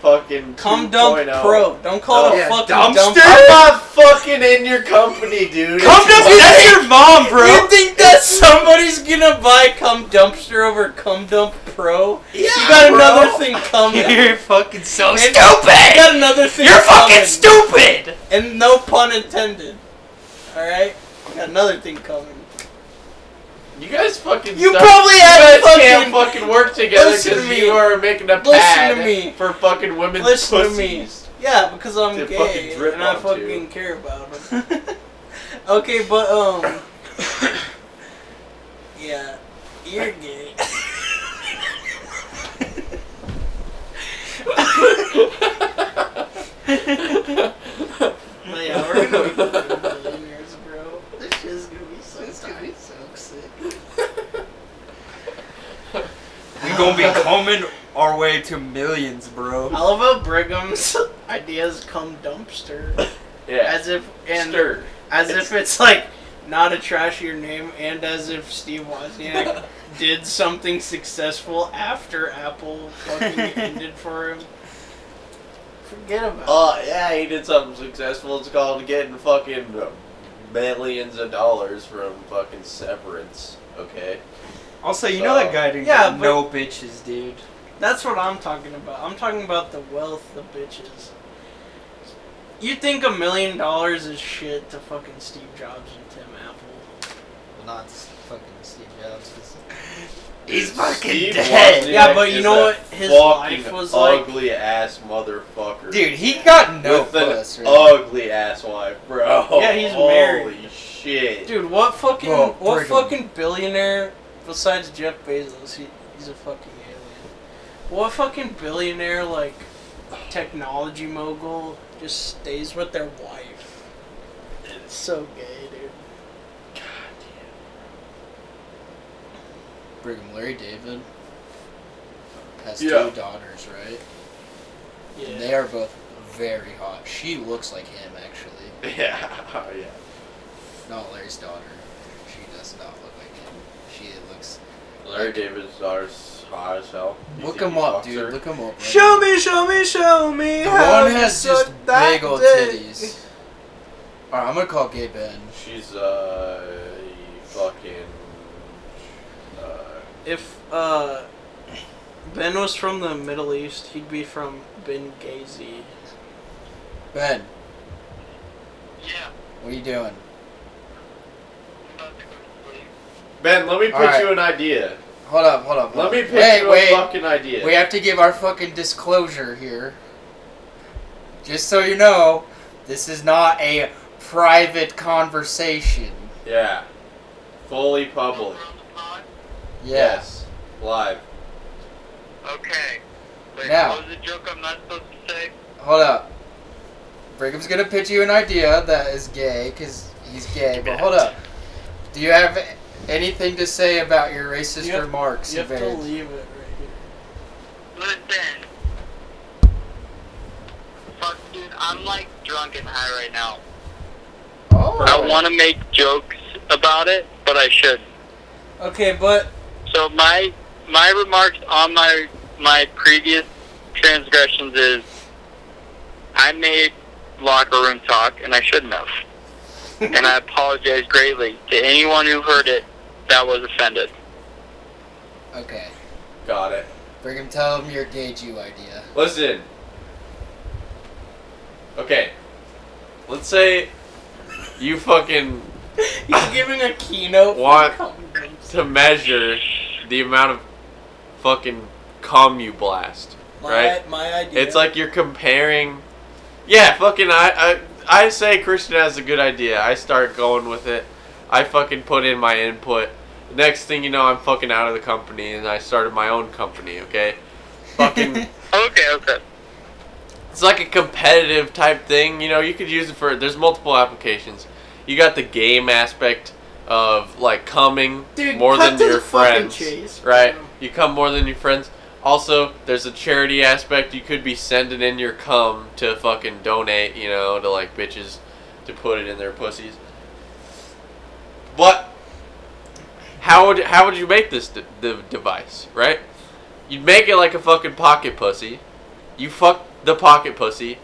[SPEAKER 1] Fucking.
[SPEAKER 2] Cum
[SPEAKER 1] 2.0.
[SPEAKER 2] dump pro. Don't call it
[SPEAKER 1] Yeah,
[SPEAKER 2] a fucking
[SPEAKER 3] dumpster?
[SPEAKER 2] dump.
[SPEAKER 1] I'm not fucking in your company, dude.
[SPEAKER 3] Come to me, that's your mom, bro.
[SPEAKER 2] You think that somebody's gonna buy cum dumpster over cum dump pro?
[SPEAKER 1] Yeah,
[SPEAKER 2] You got
[SPEAKER 1] bro.
[SPEAKER 2] another thing coming. You
[SPEAKER 3] [LAUGHS] You're fucking so
[SPEAKER 2] And-
[SPEAKER 3] stupid.
[SPEAKER 2] got another thing
[SPEAKER 3] You're fucking
[SPEAKER 2] coming.
[SPEAKER 3] stupid.
[SPEAKER 2] And no pun intended. Alright? You got another thing coming.
[SPEAKER 1] You guys fucking.
[SPEAKER 2] You
[SPEAKER 1] suck.
[SPEAKER 2] probably
[SPEAKER 1] You
[SPEAKER 2] had
[SPEAKER 1] guys
[SPEAKER 2] fucking,
[SPEAKER 1] can't fucking work together
[SPEAKER 2] Listen to
[SPEAKER 1] because
[SPEAKER 2] me.
[SPEAKER 1] you are making a
[SPEAKER 2] Listen
[SPEAKER 1] pad
[SPEAKER 2] to me.
[SPEAKER 1] for fucking women's
[SPEAKER 2] Listen to
[SPEAKER 1] pussies.
[SPEAKER 2] me. Yeah, because I'm
[SPEAKER 1] Dude,
[SPEAKER 2] gay
[SPEAKER 1] fucking drip
[SPEAKER 2] and I
[SPEAKER 1] on,
[SPEAKER 2] fucking
[SPEAKER 1] dude.
[SPEAKER 2] care about him. [LAUGHS] okay, but um, [COUGHS] yeah, you're [COUGHS] gay. But yeah, we're gonna be fucking millionaires, bro. This shit's gonna be so gonna be so sick.
[SPEAKER 3] We're gonna be coming our way to millions, bro.
[SPEAKER 2] I love how Brigham's [LAUGHS] ideas come dumpster,
[SPEAKER 1] Yeah.
[SPEAKER 2] as if and
[SPEAKER 1] Stir.
[SPEAKER 2] as if it's like not a trashier name, and as if Steve [LAUGHS] Wozniak did something successful after Apple [LAUGHS] fucking ended for him. Forget about it.
[SPEAKER 1] Oh yeah, he did something successful. It's called getting fucking millions of dollars from fucking severance. Okay.
[SPEAKER 3] Also, you know that guy didn't
[SPEAKER 2] Yeah,
[SPEAKER 3] get
[SPEAKER 2] but-
[SPEAKER 3] no bitches, dude.
[SPEAKER 2] That's what I'm talking about. I'm talking about the wealth of bitches. You think a million dollars is shit to fucking Steve Jobs and Tim Apple?
[SPEAKER 3] Well, not fucking Steve Jobs.
[SPEAKER 4] He's fucking
[SPEAKER 1] Steve
[SPEAKER 4] dead.
[SPEAKER 1] Wozniak
[SPEAKER 2] Yeah, but you
[SPEAKER 1] is
[SPEAKER 2] know
[SPEAKER 1] a
[SPEAKER 2] what his
[SPEAKER 1] fucking
[SPEAKER 2] life was like?
[SPEAKER 1] ugly ass motherfucker.
[SPEAKER 3] Dude, he got no
[SPEAKER 1] with
[SPEAKER 3] puss,
[SPEAKER 1] an uh,
[SPEAKER 3] right?
[SPEAKER 1] ugly ass wife, bro.
[SPEAKER 2] Yeah, he's
[SPEAKER 1] Holy
[SPEAKER 2] married.
[SPEAKER 1] shit.
[SPEAKER 2] Dude, what fucking
[SPEAKER 3] Well,
[SPEAKER 2] what
[SPEAKER 3] Brigham.
[SPEAKER 2] fucking billionaire besides Jeff Bezos? He, he's a fucking alien. What fucking billionaire like technology mogul just stays with their wife? It's so gay, dude.
[SPEAKER 1] God
[SPEAKER 3] Brigham Larry David has
[SPEAKER 1] Yeah.
[SPEAKER 3] two daughters, right?
[SPEAKER 2] Yeah.
[SPEAKER 3] And they are both very hot. She looks like him, actually.
[SPEAKER 1] damn. [LAUGHS] Yeah. Oh, yeah.
[SPEAKER 3] Not Larry's daughter. She does not look like him. She looks.
[SPEAKER 1] Larry David's daughter's hot as hell. You
[SPEAKER 3] Look
[SPEAKER 1] think
[SPEAKER 3] him
[SPEAKER 1] he
[SPEAKER 3] up,
[SPEAKER 1] fucks
[SPEAKER 3] dude.
[SPEAKER 1] her?
[SPEAKER 3] Look him up. right
[SPEAKER 2] Show me, show me, show me.
[SPEAKER 3] now. The
[SPEAKER 2] how
[SPEAKER 3] one
[SPEAKER 2] you
[SPEAKER 3] has
[SPEAKER 2] suck
[SPEAKER 3] just
[SPEAKER 2] that
[SPEAKER 3] big old
[SPEAKER 2] dick.
[SPEAKER 3] titties. Alright, I'm gonna call Gay Ben.
[SPEAKER 1] She's uh fucking uh
[SPEAKER 2] If uh, Ben was from the Middle East, he'd be from Benghazi.
[SPEAKER 3] Ben,
[SPEAKER 5] Yeah.
[SPEAKER 3] what are you doing?
[SPEAKER 1] Ben, let me pitch
[SPEAKER 3] Alright.
[SPEAKER 1] you an idea.
[SPEAKER 3] Hold up, hold up.
[SPEAKER 1] Let
[SPEAKER 3] hold
[SPEAKER 1] me
[SPEAKER 3] up.
[SPEAKER 1] pitch
[SPEAKER 3] wait,
[SPEAKER 1] you
[SPEAKER 3] wait.
[SPEAKER 1] a fucking idea.
[SPEAKER 3] We have to give our fucking disclosure here. Just so you know, this is not a private conversation.
[SPEAKER 1] yeah. Fully public.
[SPEAKER 3] Yes.
[SPEAKER 1] Live.
[SPEAKER 5] Okay. Wait,
[SPEAKER 3] Now.
[SPEAKER 5] what was the joke I'm not supposed to say?
[SPEAKER 3] Hold up. Brigham's gonna pitch you an idea that is gay, because he's gay, but hold up. Do you have anything to say about your racist
[SPEAKER 2] You have-
[SPEAKER 3] remarks?
[SPEAKER 2] You have to
[SPEAKER 3] Yvette?
[SPEAKER 2] leave it right here.
[SPEAKER 5] Listen. Fuck, dude, I'm like drunk and high right now.
[SPEAKER 3] Oh.
[SPEAKER 5] I want to make jokes about it, but I should.
[SPEAKER 2] Okay, but
[SPEAKER 5] So my my remarks on my my previous transgressions is I made locker room talk and I shouldn't have. and I apologize greatly to anyone who heard it that was offended.
[SPEAKER 3] Okay.
[SPEAKER 1] Got it.
[SPEAKER 3] Brigham, tell him your gay Jew idea.
[SPEAKER 1] Listen. Okay. Let's say you fucking
[SPEAKER 2] [LAUGHS] he's giving a keynote. for
[SPEAKER 1] What?
[SPEAKER 2] Congress.
[SPEAKER 1] to measure the amount of fucking cum you blast.
[SPEAKER 2] My,
[SPEAKER 1] Right?
[SPEAKER 2] My idea.
[SPEAKER 1] It's like you're comparing. Yeah, fucking. I, I I say Christian has a good idea. I start going with it. I fucking put in my input. Next thing you know, I'm fucking out of the company and I started my own company. Okay, fucking.
[SPEAKER 5] Okay, okay.
[SPEAKER 1] it's like a competitive type thing. You know, you could use it for. There's multiple applications. You got the game aspect of like coming
[SPEAKER 2] Dude,
[SPEAKER 1] more
[SPEAKER 2] cut
[SPEAKER 1] than
[SPEAKER 2] to
[SPEAKER 1] your
[SPEAKER 2] the fucking
[SPEAKER 1] friends,
[SPEAKER 2] chase.
[SPEAKER 1] right?
[SPEAKER 2] Yeah.
[SPEAKER 1] You come more than your friends. Also, there's a charity aspect. You could be sending in your cum to fucking donate, you know, to like bitches to put it in their pussies. But how would how would you make this d- the device, right? You'd make it like a fucking pocket pussy. You fuck the pocket pussy,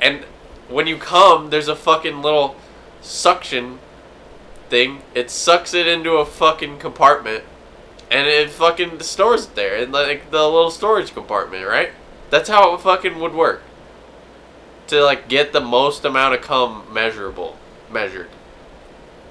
[SPEAKER 1] and when you come, there's a fucking little suction thing. It sucks it into a fucking compartment, and it fucking stores it there in like the little storage compartment, right? That's how it fucking would work. To like get the most amount of cum measurable, measured,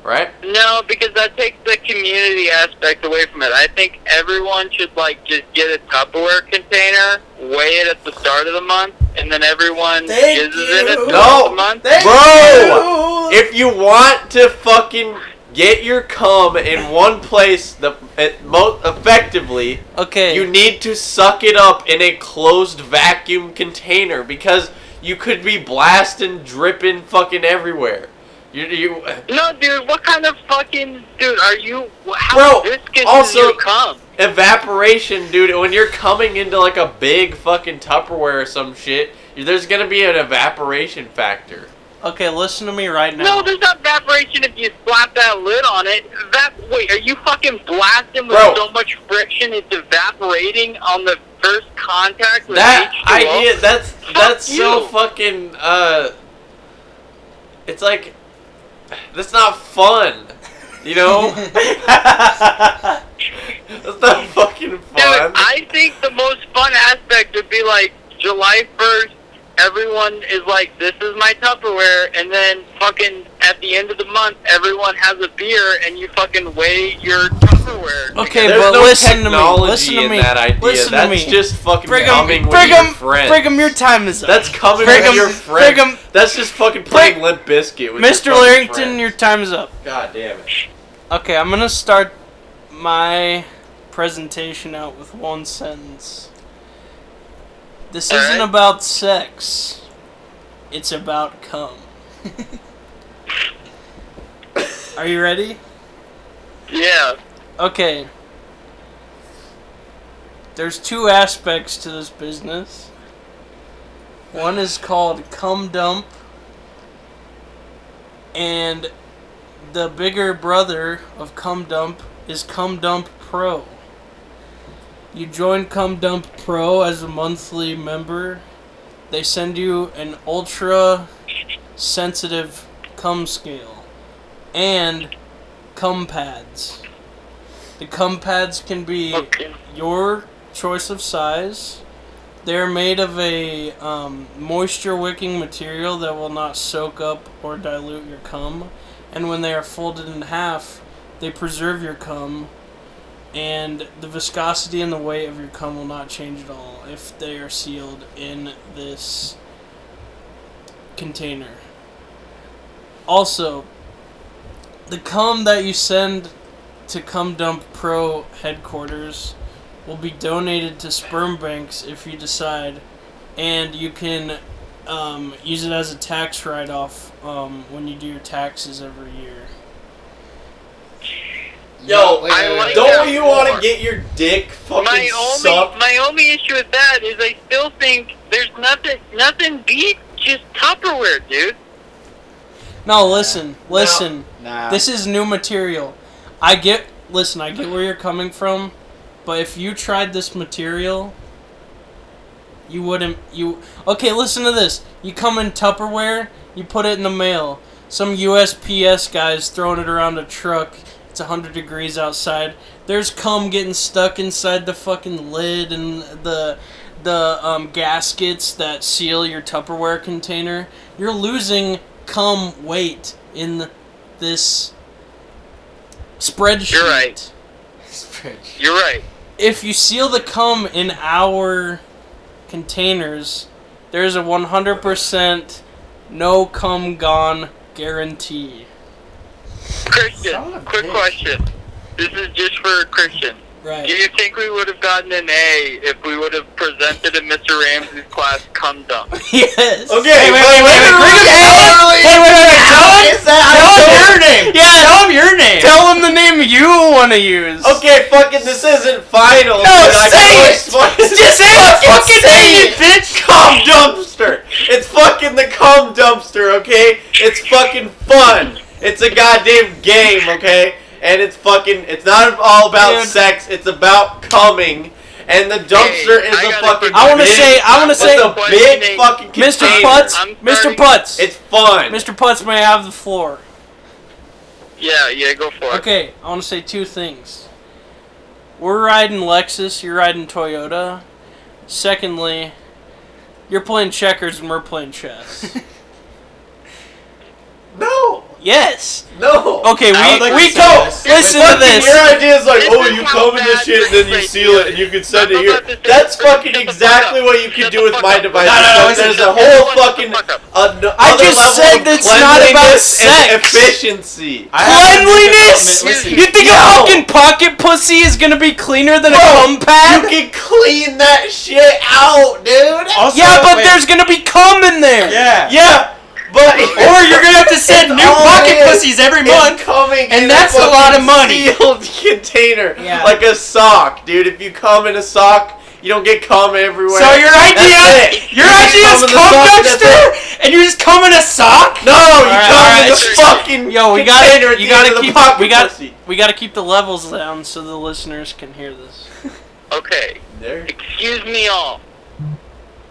[SPEAKER 1] right?
[SPEAKER 5] No, because that takes the community aspect away from it. I think everyone should like just get a Tupperware container, weigh it at the start of the month, and then everyone
[SPEAKER 2] Thank
[SPEAKER 5] uses it at
[SPEAKER 2] you.
[SPEAKER 5] the end
[SPEAKER 1] No.
[SPEAKER 5] of the month.
[SPEAKER 2] Thank [LAUGHS]
[SPEAKER 1] Bro!
[SPEAKER 2] you.
[SPEAKER 1] If you want to fucking get your cum in one place the at most effectively,
[SPEAKER 2] okay.
[SPEAKER 5] [LAUGHS]
[SPEAKER 1] you need to suck it up in a closed vacuum container because you could be blasting, dripping, fucking everywhere. You, you
[SPEAKER 5] No, dude, what kind of fucking dude are you? wh-
[SPEAKER 1] Bro,
[SPEAKER 5] How viscous
[SPEAKER 1] also-
[SPEAKER 5] is your cum?
[SPEAKER 1] evaporation, dude. When you're coming into like a big fucking Tupperware or some shit, there's gonna be an evaporation factor.
[SPEAKER 2] okay, listen to me right now.
[SPEAKER 5] No, there's not evaporation if you slap that lid on it. That wait, are you fucking blasting with
[SPEAKER 1] Bro.
[SPEAKER 5] so much friction it's evaporating on the first contact with
[SPEAKER 1] That
[SPEAKER 5] H2O?
[SPEAKER 1] idea, that's that's so
[SPEAKER 5] you.
[SPEAKER 1] fucking. uh It's like that's not fun, you
[SPEAKER 5] [LAUGHS]
[SPEAKER 1] know. [LAUGHS] that's not fucking
[SPEAKER 5] Dude,
[SPEAKER 1] fun.
[SPEAKER 5] I think the most fun aspect would be like July 1st, everyone is like, this is my Tupperware, and then fucking at the end of the month, everyone has a beer and you fucking weigh your Tupperware.
[SPEAKER 2] [LAUGHS]
[SPEAKER 3] Oh.
[SPEAKER 2] Okay,
[SPEAKER 1] There's
[SPEAKER 2] but
[SPEAKER 1] no
[SPEAKER 2] listen to me.
[SPEAKER 1] technology
[SPEAKER 2] Listen to
[SPEAKER 1] in
[SPEAKER 2] me.
[SPEAKER 1] that idea.
[SPEAKER 2] Listen
[SPEAKER 1] that's
[SPEAKER 2] to me.
[SPEAKER 1] just fucking
[SPEAKER 2] Brigham,
[SPEAKER 1] coming with
[SPEAKER 2] Brigham,
[SPEAKER 1] your friends.
[SPEAKER 2] Brigham, your time is up.
[SPEAKER 1] that's coming
[SPEAKER 2] Brigham,
[SPEAKER 1] with your friends.
[SPEAKER 2] Brigham-
[SPEAKER 1] that's just fucking playing Limp Biscuit with
[SPEAKER 2] Mr.
[SPEAKER 1] Your fucking
[SPEAKER 2] Larrington,
[SPEAKER 1] friends.
[SPEAKER 2] your time is up.
[SPEAKER 1] God damn it.
[SPEAKER 2] Okay, I'm gonna start my presentation out with one sentence. This
[SPEAKER 5] All
[SPEAKER 2] isn't
[SPEAKER 5] right.
[SPEAKER 2] about
[SPEAKER 5] [LAUGHS]
[SPEAKER 2] sex. It's about cum. Are you ready?
[SPEAKER 5] Yeah.
[SPEAKER 2] Okay. There's two aspects to this business. One is called cum dump, and the bigger brother of cum dump is cum dump pro. You join cum dump pro as a monthly member. They send you an ultra sensitive cum scale and cum pads. The cum pads can be
[SPEAKER 5] Okay.
[SPEAKER 2] your choice of size. They're made of a um, moisture wicking material that will not soak up or dilute your cum. And when they are folded in half, they preserve your cum. And the viscosity and the weight of your cum will not change at all if they are sealed in this container. Also, the cum that you send to Cum Dump Pro headquarters will be donated to sperm banks if you decide, and you can um, use it as a tax write off um, when you do your taxes every year.
[SPEAKER 1] Yo,
[SPEAKER 3] wait,
[SPEAKER 5] I
[SPEAKER 3] wait,
[SPEAKER 5] like
[SPEAKER 3] wait.
[SPEAKER 1] Don't you want to
[SPEAKER 5] more.
[SPEAKER 1] get your dick fucking
[SPEAKER 5] My only
[SPEAKER 1] sucked?
[SPEAKER 5] my only issue with that is I still think there's nothing nothing beat just Tupperware, dude.
[SPEAKER 2] No, listen, listen. [LAUGHS]
[SPEAKER 3] Nah.
[SPEAKER 2] This is new material. I get. Listen, I get where you're coming from, but if you tried this material, you wouldn't. You okay? Listen to this. You come in Tupperware. You put it in the mail. Some USPS guys throwing it around a truck. It's 100 degrees outside. There's cum getting stuck inside the fucking lid and the the um, gaskets that seal your Tupperware container. You're losing cum weight in this spreadsheet.
[SPEAKER 5] You're right.
[SPEAKER 3] Spreadsheet.
[SPEAKER 5] You're right.
[SPEAKER 2] If you seal the cum in our containers, there's a 100% no cum gone guarantee.
[SPEAKER 5] Christian,
[SPEAKER 3] Son of a
[SPEAKER 5] quick
[SPEAKER 3] bitch.
[SPEAKER 5] question. This is just for Christian.
[SPEAKER 2] [LAUGHS]
[SPEAKER 5] Do
[SPEAKER 2] Right.
[SPEAKER 5] you think we would have gotten an A if we would have presented in Mr. Ramsey's class cum dump?
[SPEAKER 2] yes.
[SPEAKER 1] Okay, wait, wait, wait, wait, wait, wait, wait, wait, wait, tell him,
[SPEAKER 4] Is that
[SPEAKER 1] tell him your name.
[SPEAKER 2] [LAUGHS] Yeah.
[SPEAKER 1] tell him your name.
[SPEAKER 2] Tell them the name you want to use.
[SPEAKER 1] Okay, fucking, this isn't final. No,
[SPEAKER 4] say
[SPEAKER 1] Just say the fucking name, you bitch. Cum dumpster. It's fucking the cum dumpster, okay? It's fucking fun. It's a goddamn game, okay? And it's fucking, it's not all about
[SPEAKER 2] Dude.
[SPEAKER 1] sex. It's about coming. And the dumpster
[SPEAKER 5] Hey,
[SPEAKER 1] is
[SPEAKER 5] I
[SPEAKER 1] a
[SPEAKER 5] gotta
[SPEAKER 1] fucking.
[SPEAKER 2] I want to
[SPEAKER 1] big-
[SPEAKER 2] say. I want to
[SPEAKER 1] it's
[SPEAKER 2] say.
[SPEAKER 1] a big
[SPEAKER 5] Questioning.
[SPEAKER 1] fucking
[SPEAKER 2] Mr.
[SPEAKER 1] container.
[SPEAKER 2] Putz.
[SPEAKER 5] I'm
[SPEAKER 2] Mr.
[SPEAKER 5] starting-
[SPEAKER 2] Putz.
[SPEAKER 1] It's fun.
[SPEAKER 2] Mr. Putz may have the floor.
[SPEAKER 5] yeah, yeah, go for it.
[SPEAKER 2] Okay, I want to say two things. We're riding Lexus, you're riding Toyota. Secondly, you're playing checkers and we're
[SPEAKER 1] [LAUGHS]
[SPEAKER 2] playing chess.
[SPEAKER 1] No,
[SPEAKER 2] yes.
[SPEAKER 1] no. I
[SPEAKER 2] Okay, we
[SPEAKER 1] would like
[SPEAKER 2] we
[SPEAKER 1] to
[SPEAKER 2] go.
[SPEAKER 1] say
[SPEAKER 2] Listen to
[SPEAKER 1] Fucking Your
[SPEAKER 2] this.
[SPEAKER 1] idea is like,
[SPEAKER 5] This
[SPEAKER 1] oh,
[SPEAKER 5] is
[SPEAKER 1] you
[SPEAKER 5] how
[SPEAKER 1] come in this
[SPEAKER 5] bad
[SPEAKER 1] shit, and then you
[SPEAKER 5] race
[SPEAKER 1] seal
[SPEAKER 5] is.
[SPEAKER 1] it, and you can send it
[SPEAKER 5] I'm
[SPEAKER 1] here.
[SPEAKER 5] about to say-
[SPEAKER 1] That's fucking
[SPEAKER 5] Shut the fuck
[SPEAKER 1] exactly
[SPEAKER 5] up.
[SPEAKER 1] what you can
[SPEAKER 5] Shut
[SPEAKER 1] do with
[SPEAKER 5] the fuck
[SPEAKER 1] my
[SPEAKER 5] up.
[SPEAKER 1] device.
[SPEAKER 3] No, no, no,
[SPEAKER 1] But there's a
[SPEAKER 5] listen, shut the
[SPEAKER 1] whole
[SPEAKER 5] fuck
[SPEAKER 1] fucking
[SPEAKER 5] up.
[SPEAKER 1] an-
[SPEAKER 2] I
[SPEAKER 1] other
[SPEAKER 2] just
[SPEAKER 1] level
[SPEAKER 2] said
[SPEAKER 1] of
[SPEAKER 2] that's not about
[SPEAKER 1] cleanliness and
[SPEAKER 2] sex.
[SPEAKER 1] Efficiency.
[SPEAKER 3] I have a
[SPEAKER 2] Cleanliness!
[SPEAKER 3] different-
[SPEAKER 2] You
[SPEAKER 3] Listen,
[SPEAKER 2] think
[SPEAKER 1] No.
[SPEAKER 2] a fucking pocket pussy is gonna be cleaner than
[SPEAKER 1] Bro,
[SPEAKER 2] a cum pad?
[SPEAKER 1] You can clean that shit out, dude.
[SPEAKER 3] also,
[SPEAKER 2] yeah, but
[SPEAKER 3] wait,
[SPEAKER 2] there's gonna be cum in there.
[SPEAKER 3] Yeah.
[SPEAKER 1] Yeah, but
[SPEAKER 3] Or you're gonna have to send
[SPEAKER 1] It's
[SPEAKER 3] new
[SPEAKER 1] all
[SPEAKER 3] pocket
[SPEAKER 1] in.
[SPEAKER 3] pussies every
[SPEAKER 1] It's
[SPEAKER 3] month.
[SPEAKER 1] coming
[SPEAKER 3] And
[SPEAKER 1] in
[SPEAKER 3] that's a lot of
[SPEAKER 1] fucking
[SPEAKER 3] money.
[SPEAKER 1] Sealed [LAUGHS] container,
[SPEAKER 2] Yeah.
[SPEAKER 1] like a sock, dude. If you come in a sock, you don't get cum everywhere.
[SPEAKER 3] So your
[SPEAKER 1] That's
[SPEAKER 3] idea,
[SPEAKER 1] it.
[SPEAKER 3] your
[SPEAKER 1] You just
[SPEAKER 3] idea is
[SPEAKER 1] cum in the
[SPEAKER 3] cum
[SPEAKER 1] sock, that's it.
[SPEAKER 3] dumpster, and you just cum in a sock.
[SPEAKER 1] No, you
[SPEAKER 2] right,
[SPEAKER 1] come
[SPEAKER 2] all
[SPEAKER 1] in
[SPEAKER 2] right,
[SPEAKER 1] the
[SPEAKER 5] sure.
[SPEAKER 1] fucking
[SPEAKER 2] Yo, we gotta-
[SPEAKER 1] container at
[SPEAKER 2] you
[SPEAKER 1] the end of
[SPEAKER 2] gotta
[SPEAKER 1] the
[SPEAKER 2] keep-
[SPEAKER 1] pocket
[SPEAKER 2] we gotta-
[SPEAKER 1] pussy.
[SPEAKER 2] We gotta keep the levels down so the listeners can hear this.
[SPEAKER 5] Okay.
[SPEAKER 1] There.
[SPEAKER 5] Excuse me all.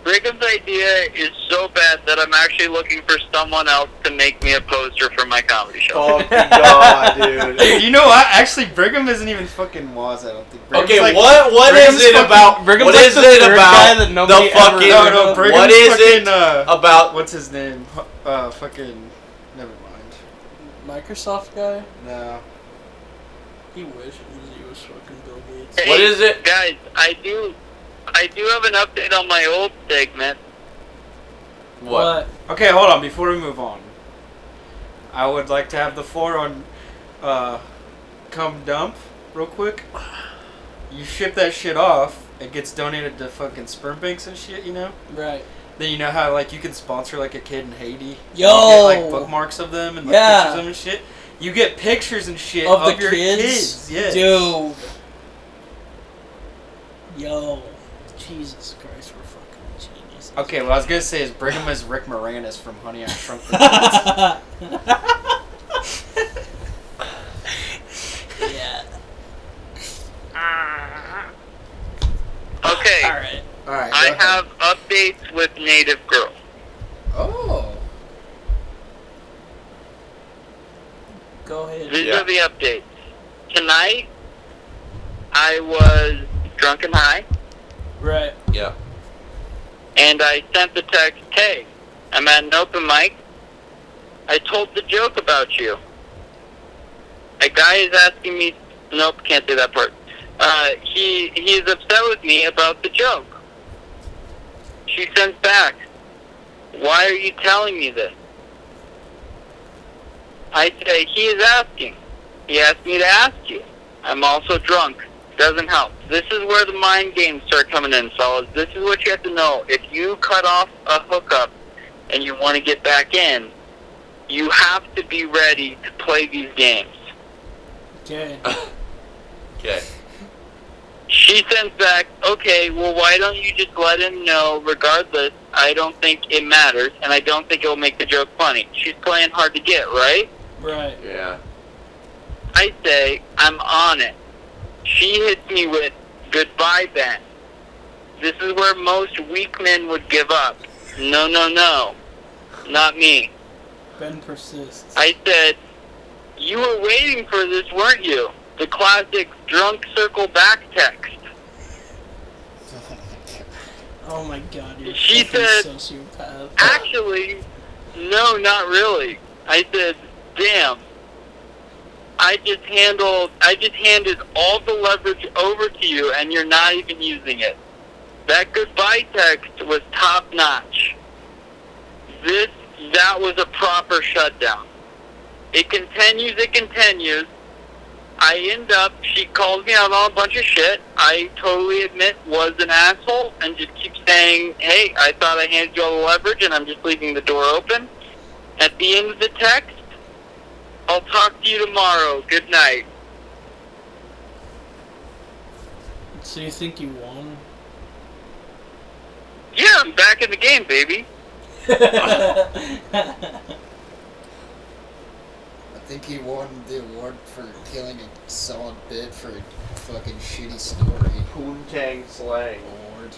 [SPEAKER 5] Brigham's idea is so bad that I'm actually looking for someone else to make me a poster for my comedy show.
[SPEAKER 1] Fucking god, dude.
[SPEAKER 3] Dude, [LAUGHS] you know what? Actually, Brigham isn't even fucking Waz. I don't think. Brigham's
[SPEAKER 1] Okay,
[SPEAKER 3] like-
[SPEAKER 1] what what is
[SPEAKER 3] Brigham's
[SPEAKER 1] it
[SPEAKER 3] fucking-
[SPEAKER 1] about?
[SPEAKER 2] Brigham's
[SPEAKER 1] What
[SPEAKER 2] like
[SPEAKER 1] is
[SPEAKER 2] the
[SPEAKER 1] it
[SPEAKER 2] third guy
[SPEAKER 1] about
[SPEAKER 2] that
[SPEAKER 1] the
[SPEAKER 2] nobody ever
[SPEAKER 1] fucking?
[SPEAKER 3] No, no,
[SPEAKER 2] Brigham's
[SPEAKER 1] What is
[SPEAKER 3] fucking,
[SPEAKER 1] it
[SPEAKER 3] Uh,
[SPEAKER 1] about?
[SPEAKER 3] what's his name? Uh, fucking. Never mind.
[SPEAKER 2] Microsoft guy?
[SPEAKER 3] No.
[SPEAKER 2] He wishes he was fucking Bill Gates.
[SPEAKER 5] Hey,
[SPEAKER 1] What is it?
[SPEAKER 5] Guys, I do I do have an update on my old segment.
[SPEAKER 1] What?
[SPEAKER 3] Okay, hold on. Before we move on, I would like to have the floor on. Uh, come dump real quick. You ship that shit off. It gets donated to fucking sperm banks and shit. You know.
[SPEAKER 2] Right.
[SPEAKER 3] Then you know how like you can sponsor like a kid in Haiti.
[SPEAKER 2] Yo.
[SPEAKER 3] You get, like bookmarks of them and like,
[SPEAKER 2] Yeah.
[SPEAKER 3] pictures of them and shit.
[SPEAKER 4] You get pictures and shit
[SPEAKER 2] Of the
[SPEAKER 4] your
[SPEAKER 2] kids?
[SPEAKER 4] Yes.
[SPEAKER 2] Dude. Yo. Jesus Christ, we're fucking geniuses.
[SPEAKER 1] [LAUGHS]
[SPEAKER 3] Okay, what I was gonna say is Brigham is Rick Moranis from Honey I Shrunk
[SPEAKER 2] [LAUGHS]
[SPEAKER 3] the Kids.
[SPEAKER 2] [LAUGHS] yeah.
[SPEAKER 5] Okay,
[SPEAKER 2] All right.
[SPEAKER 3] All right.
[SPEAKER 5] I
[SPEAKER 3] go ahead.
[SPEAKER 5] have updates with Native Girl.
[SPEAKER 3] Oh.
[SPEAKER 2] Go ahead.
[SPEAKER 5] These
[SPEAKER 1] Yeah.
[SPEAKER 5] are the updates. Tonight, I was drunk and high,
[SPEAKER 2] Right.
[SPEAKER 1] Yeah. [LAUGHS]
[SPEAKER 5] and I sent the text, hey, I'm at an open mic. I told the joke about you. A guy is asking me, nope, can't say that part. Uh, he He's upset with me about the joke. She sends back, why are you telling me this? I say, he is asking. He asked me to ask you. I'm also drunk. Doesn't help. This is where the mind games start coming in, fellas. This is what you have to know. If you cut off a hookup and you want to get back in, you have to be ready to play these games.
[SPEAKER 2] Okay.
[SPEAKER 1] Okay.
[SPEAKER 5] She sends back, okay, well, why don't you just let him know regardless? I don't think it matters, and I don't think it will make the joke funny. She's playing hard to get, right?
[SPEAKER 2] Right.
[SPEAKER 1] Yeah.
[SPEAKER 5] I say, I'm on it. She hits me with, goodbye, Ben. This is where most weak men would give up. No, no, no. Not me.
[SPEAKER 2] Ben persists.
[SPEAKER 5] I said, you were waiting for this, weren't you? The classic drunk circle back text.
[SPEAKER 2] oh my god, you're
[SPEAKER 5] She
[SPEAKER 2] she
[SPEAKER 5] said-
[SPEAKER 2] fucking sociopath.
[SPEAKER 5] Actually, no, not really. I said, damn. I just handled, I just handed all the leverage over to you, and you're not even using it. That goodbye text was top notch. This, that was a proper shutdown. It continues, it continues. I end up, she calls me out on a bunch of shit. I totally admit was an asshole and just keep saying, hey, I thought I handed you all the leverage and I'm just leaving the door open. At the end of the text, I'll talk to you tomorrow. Good night.
[SPEAKER 2] So you think you
[SPEAKER 5] [LAUGHS]
[SPEAKER 2] won? [LAUGHS]
[SPEAKER 5] Yeah, I'm back in the game, baby.
[SPEAKER 3] I think he won the award for killing a solid bit for a fucking shitty story
[SPEAKER 4] Poontang slang.
[SPEAKER 3] award.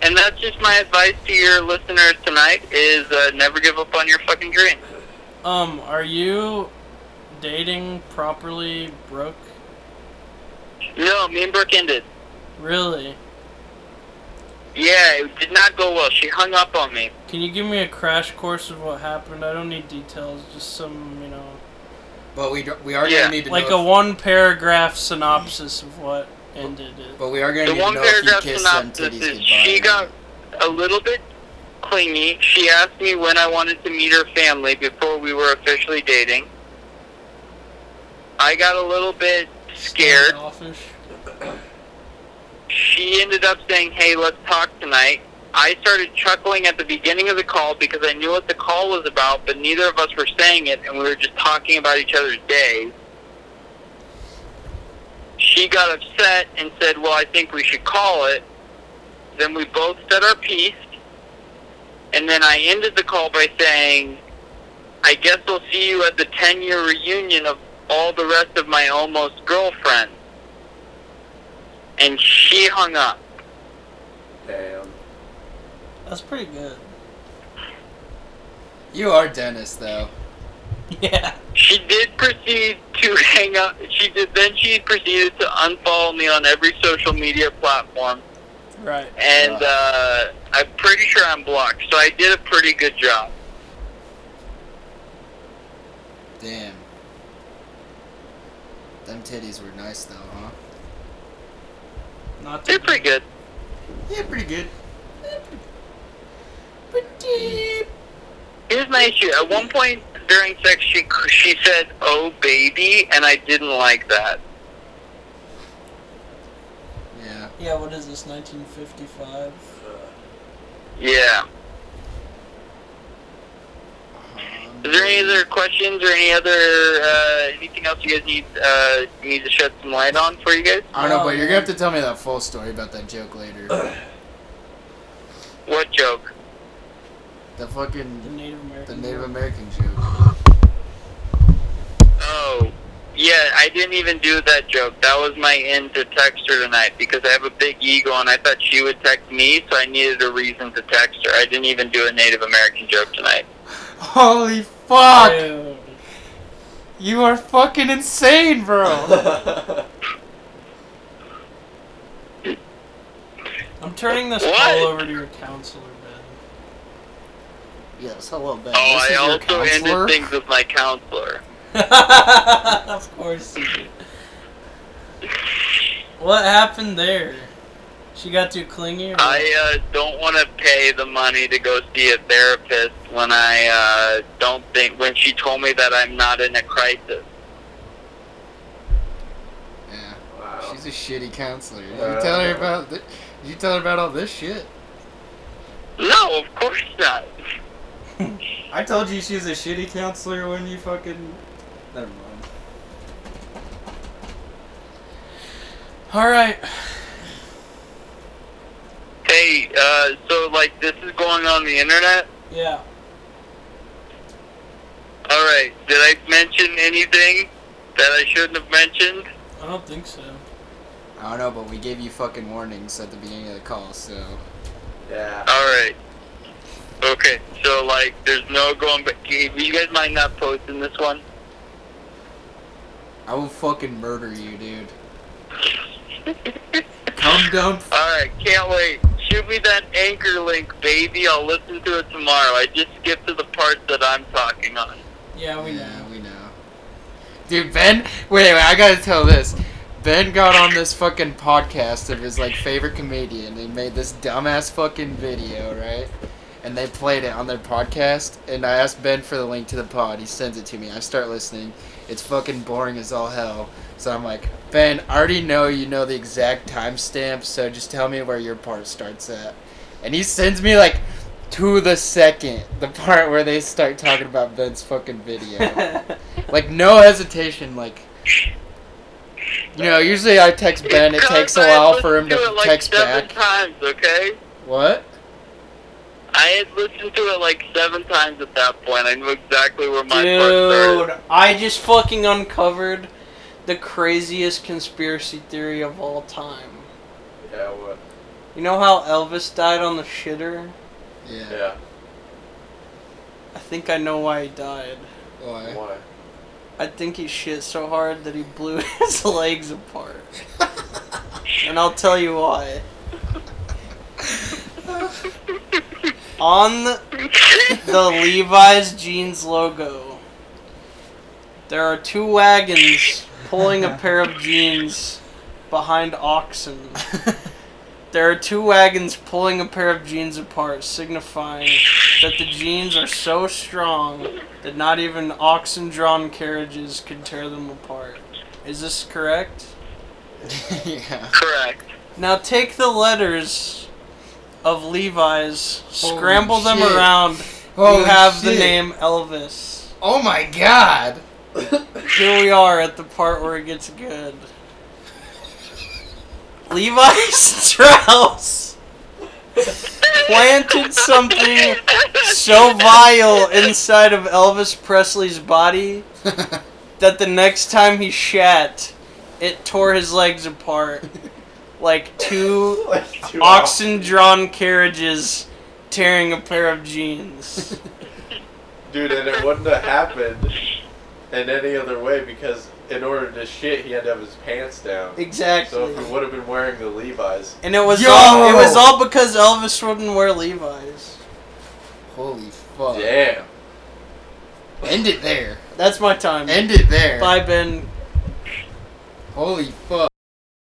[SPEAKER 5] And that's just my advice to your listeners tonight is uh, never give up on your fucking dream.
[SPEAKER 2] um, are you dating properly, Brooke?
[SPEAKER 5] No, me and Brooke ended.
[SPEAKER 2] Really?
[SPEAKER 5] Yeah, it did not go well. She hung up on me.
[SPEAKER 2] Can you give me a crash course of what happened? I don't need details, just some, you know,
[SPEAKER 3] But we do, we are
[SPEAKER 5] Yeah.
[SPEAKER 3] gonna need to
[SPEAKER 2] like
[SPEAKER 3] know.
[SPEAKER 2] a
[SPEAKER 3] if-
[SPEAKER 2] one paragraph synopsis of what ended it.
[SPEAKER 3] but we are gonna
[SPEAKER 5] The
[SPEAKER 3] need to
[SPEAKER 5] one
[SPEAKER 3] know if
[SPEAKER 5] paragraph
[SPEAKER 3] he kissed them
[SPEAKER 5] synopsis
[SPEAKER 3] titties
[SPEAKER 5] is
[SPEAKER 3] goodbye.
[SPEAKER 5] she got a little bit clingy. She asked me when I wanted to meet her family before we were officially dating. I got a little bit scared.
[SPEAKER 2] Offish.
[SPEAKER 5] She ended up saying, hey, let's talk tonight. I started chuckling at the beginning of the call because I knew what the call was about, but neither of us were saying it, and we were just talking about each other's days. She got upset and said, well, I think we should call it. Then we both said our piece, and then I ended the call by saying, I guess we'll see you at the 10 year reunion of all the rest of my almost girlfriends. And she hung up.
[SPEAKER 1] Damn.
[SPEAKER 2] That's pretty
[SPEAKER 3] [LAUGHS]
[SPEAKER 2] good.
[SPEAKER 3] You are Dennis though.
[SPEAKER 2] Yeah.
[SPEAKER 5] She did proceed to [LAUGHS] hang up. She did. Then she proceeded to unfollow me on every social media platform,
[SPEAKER 2] Right.
[SPEAKER 5] and
[SPEAKER 3] Right.
[SPEAKER 5] uh, I'm pretty sure I'm blocked. So I did a pretty good job.
[SPEAKER 3] Damn. Them titties were nice though, huh?
[SPEAKER 2] Not
[SPEAKER 5] They're
[SPEAKER 2] too
[SPEAKER 5] pretty good.
[SPEAKER 3] Yeah, pretty good.
[SPEAKER 5] Here's my issue. At one point during sex, she she said, "Oh baby," and I didn't like that.
[SPEAKER 3] Yeah.
[SPEAKER 2] Yeah, what is this, 1955?
[SPEAKER 5] Yeah.
[SPEAKER 3] Um,
[SPEAKER 5] Is there any other questions or any other uh, anything else you guys need uh, need to shed some light on for you guys?
[SPEAKER 3] I don't know, but you're gonna
[SPEAKER 5] Um,
[SPEAKER 3] have to tell me that full story about that joke later. [CLEARS THROAT]
[SPEAKER 5] What joke?
[SPEAKER 3] the
[SPEAKER 2] The
[SPEAKER 3] fucking
[SPEAKER 2] Native American.
[SPEAKER 3] the Native
[SPEAKER 2] girl.
[SPEAKER 3] American joke.
[SPEAKER 5] Oh, yeah, I didn't even do that joke. That was my end to text her tonight because I have a big ego and I thought she would text me, so I needed a reason to text her. I didn't even do a Native American joke tonight.
[SPEAKER 3] Holy fuck!
[SPEAKER 2] Dude.
[SPEAKER 3] You are fucking insane, bro.
[SPEAKER 2] I'm turning this
[SPEAKER 5] What?
[SPEAKER 2] call over to your counselor, Ben.
[SPEAKER 4] Yes, hello, Ben.
[SPEAKER 5] Oh,
[SPEAKER 4] this
[SPEAKER 5] I
[SPEAKER 4] is your
[SPEAKER 5] also
[SPEAKER 4] counselor.
[SPEAKER 5] ended things with my counselor.
[SPEAKER 2] [LAUGHS] of course. you did. What happened there? She got too clingy. Or
[SPEAKER 5] I uh, don't want to pay the money to go see a therapist when I uh, don't think when she told me that I'm not in a crisis.
[SPEAKER 3] Yeah,
[SPEAKER 1] Wow.
[SPEAKER 3] she's a shitty counselor. Did
[SPEAKER 1] Uh,
[SPEAKER 3] you tell her about th- did you tell her about all this shit?
[SPEAKER 5] No, of course not.
[SPEAKER 3] I told you she's a shitty counselor when you fucking. Never mind.
[SPEAKER 2] All right.
[SPEAKER 5] Hey, uh, so like this is going on the internet.
[SPEAKER 2] Yeah.
[SPEAKER 5] All right, did I mention anything that I shouldn't have mentioned?
[SPEAKER 2] I don't think so.
[SPEAKER 3] I don't know, but we gave you fucking warnings at the beginning of the call, so.
[SPEAKER 1] Yeah.
[SPEAKER 5] All right. Okay, so like there's no going back. You guys might not post in this one.
[SPEAKER 3] I will fucking murder you, dude. Come down.
[SPEAKER 5] Alright, can't wait. Shoot me that anchor link, baby. I'll listen to it tomorrow. I just skipped to the part that I'm talking on.
[SPEAKER 2] Yeah,
[SPEAKER 5] Hmm.
[SPEAKER 2] we know. [LAUGHS]
[SPEAKER 3] Yeah, we know. Dude, Ben, wait, wait, I gotta tell this. Ben got on this fucking podcast of his like favorite comedian. They made this dumbass fucking video, right? And they played it on their podcast. And I asked Ben for the link to the pod. He sends it to me. I start listening. It's fucking boring as all hell. So I'm like, Ben, I already know you know the exact timestamp, so just tell me where your part starts at. And he sends me like to the second the part where they start talking about Ben's fucking video
[SPEAKER 2] [LAUGHS]
[SPEAKER 3] like no hesitation like you know usually i text ben it
[SPEAKER 5] Because
[SPEAKER 3] takes a
[SPEAKER 5] I had
[SPEAKER 3] while for him
[SPEAKER 5] listened
[SPEAKER 3] to
[SPEAKER 5] it like
[SPEAKER 3] text
[SPEAKER 5] seven
[SPEAKER 3] back
[SPEAKER 5] times, okay?
[SPEAKER 3] what
[SPEAKER 5] I had listened to it like seven times at that point. I knew exactly where my part started.
[SPEAKER 2] Dude, I just fucking uncovered the craziest conspiracy theory of all time.
[SPEAKER 1] Yeah. What?
[SPEAKER 2] You know how Elvis died on the shitter?
[SPEAKER 3] yeah,
[SPEAKER 1] Yeah.
[SPEAKER 2] I think I know why he died.
[SPEAKER 3] Why?
[SPEAKER 1] Why?
[SPEAKER 2] I think he shit so hard that he blew [LAUGHS] his legs apart. and I'll tell you why. On the Levi's jeans logo, there are two wagons pulling a pair of jeans behind oxen. There are two wagons pulling a pair of jeans apart, signifying that the jeans are so strong that not even oxen drawn carriages could tear them apart. Is this correct?
[SPEAKER 3] [LAUGHS] yeah
[SPEAKER 5] Correct.
[SPEAKER 2] Now take the letters of Levi's,
[SPEAKER 3] Holy
[SPEAKER 2] scramble them
[SPEAKER 3] shit.
[SPEAKER 2] around,
[SPEAKER 3] Holy
[SPEAKER 2] you have the
[SPEAKER 3] shit.
[SPEAKER 2] name Elvis.
[SPEAKER 3] oh my god [LAUGHS]
[SPEAKER 2] Here we are at the part where it gets good. Levi [LAUGHS] Strauss planted something
[SPEAKER 3] [LAUGHS]
[SPEAKER 2] so vile inside of Elvis Presley's body that the next time he shat, it tore his legs apart.
[SPEAKER 1] [LAUGHS]
[SPEAKER 2] Like two oxen drawn carriages tearing a pair of jeans.
[SPEAKER 1] Dude, and it wouldn't have happened in any other way because in order to shit, he had to have his pants down. So
[SPEAKER 2] Exactly.
[SPEAKER 1] if he would have been wearing the Levi's,
[SPEAKER 2] And it was
[SPEAKER 3] Yo!
[SPEAKER 2] all, it was all because Elvis wouldn't wear Levi's.
[SPEAKER 3] holy fuck
[SPEAKER 1] damn.
[SPEAKER 3] end it there
[SPEAKER 2] That's my time.
[SPEAKER 3] end it there
[SPEAKER 2] Bye, Ben.
[SPEAKER 3] holy fuck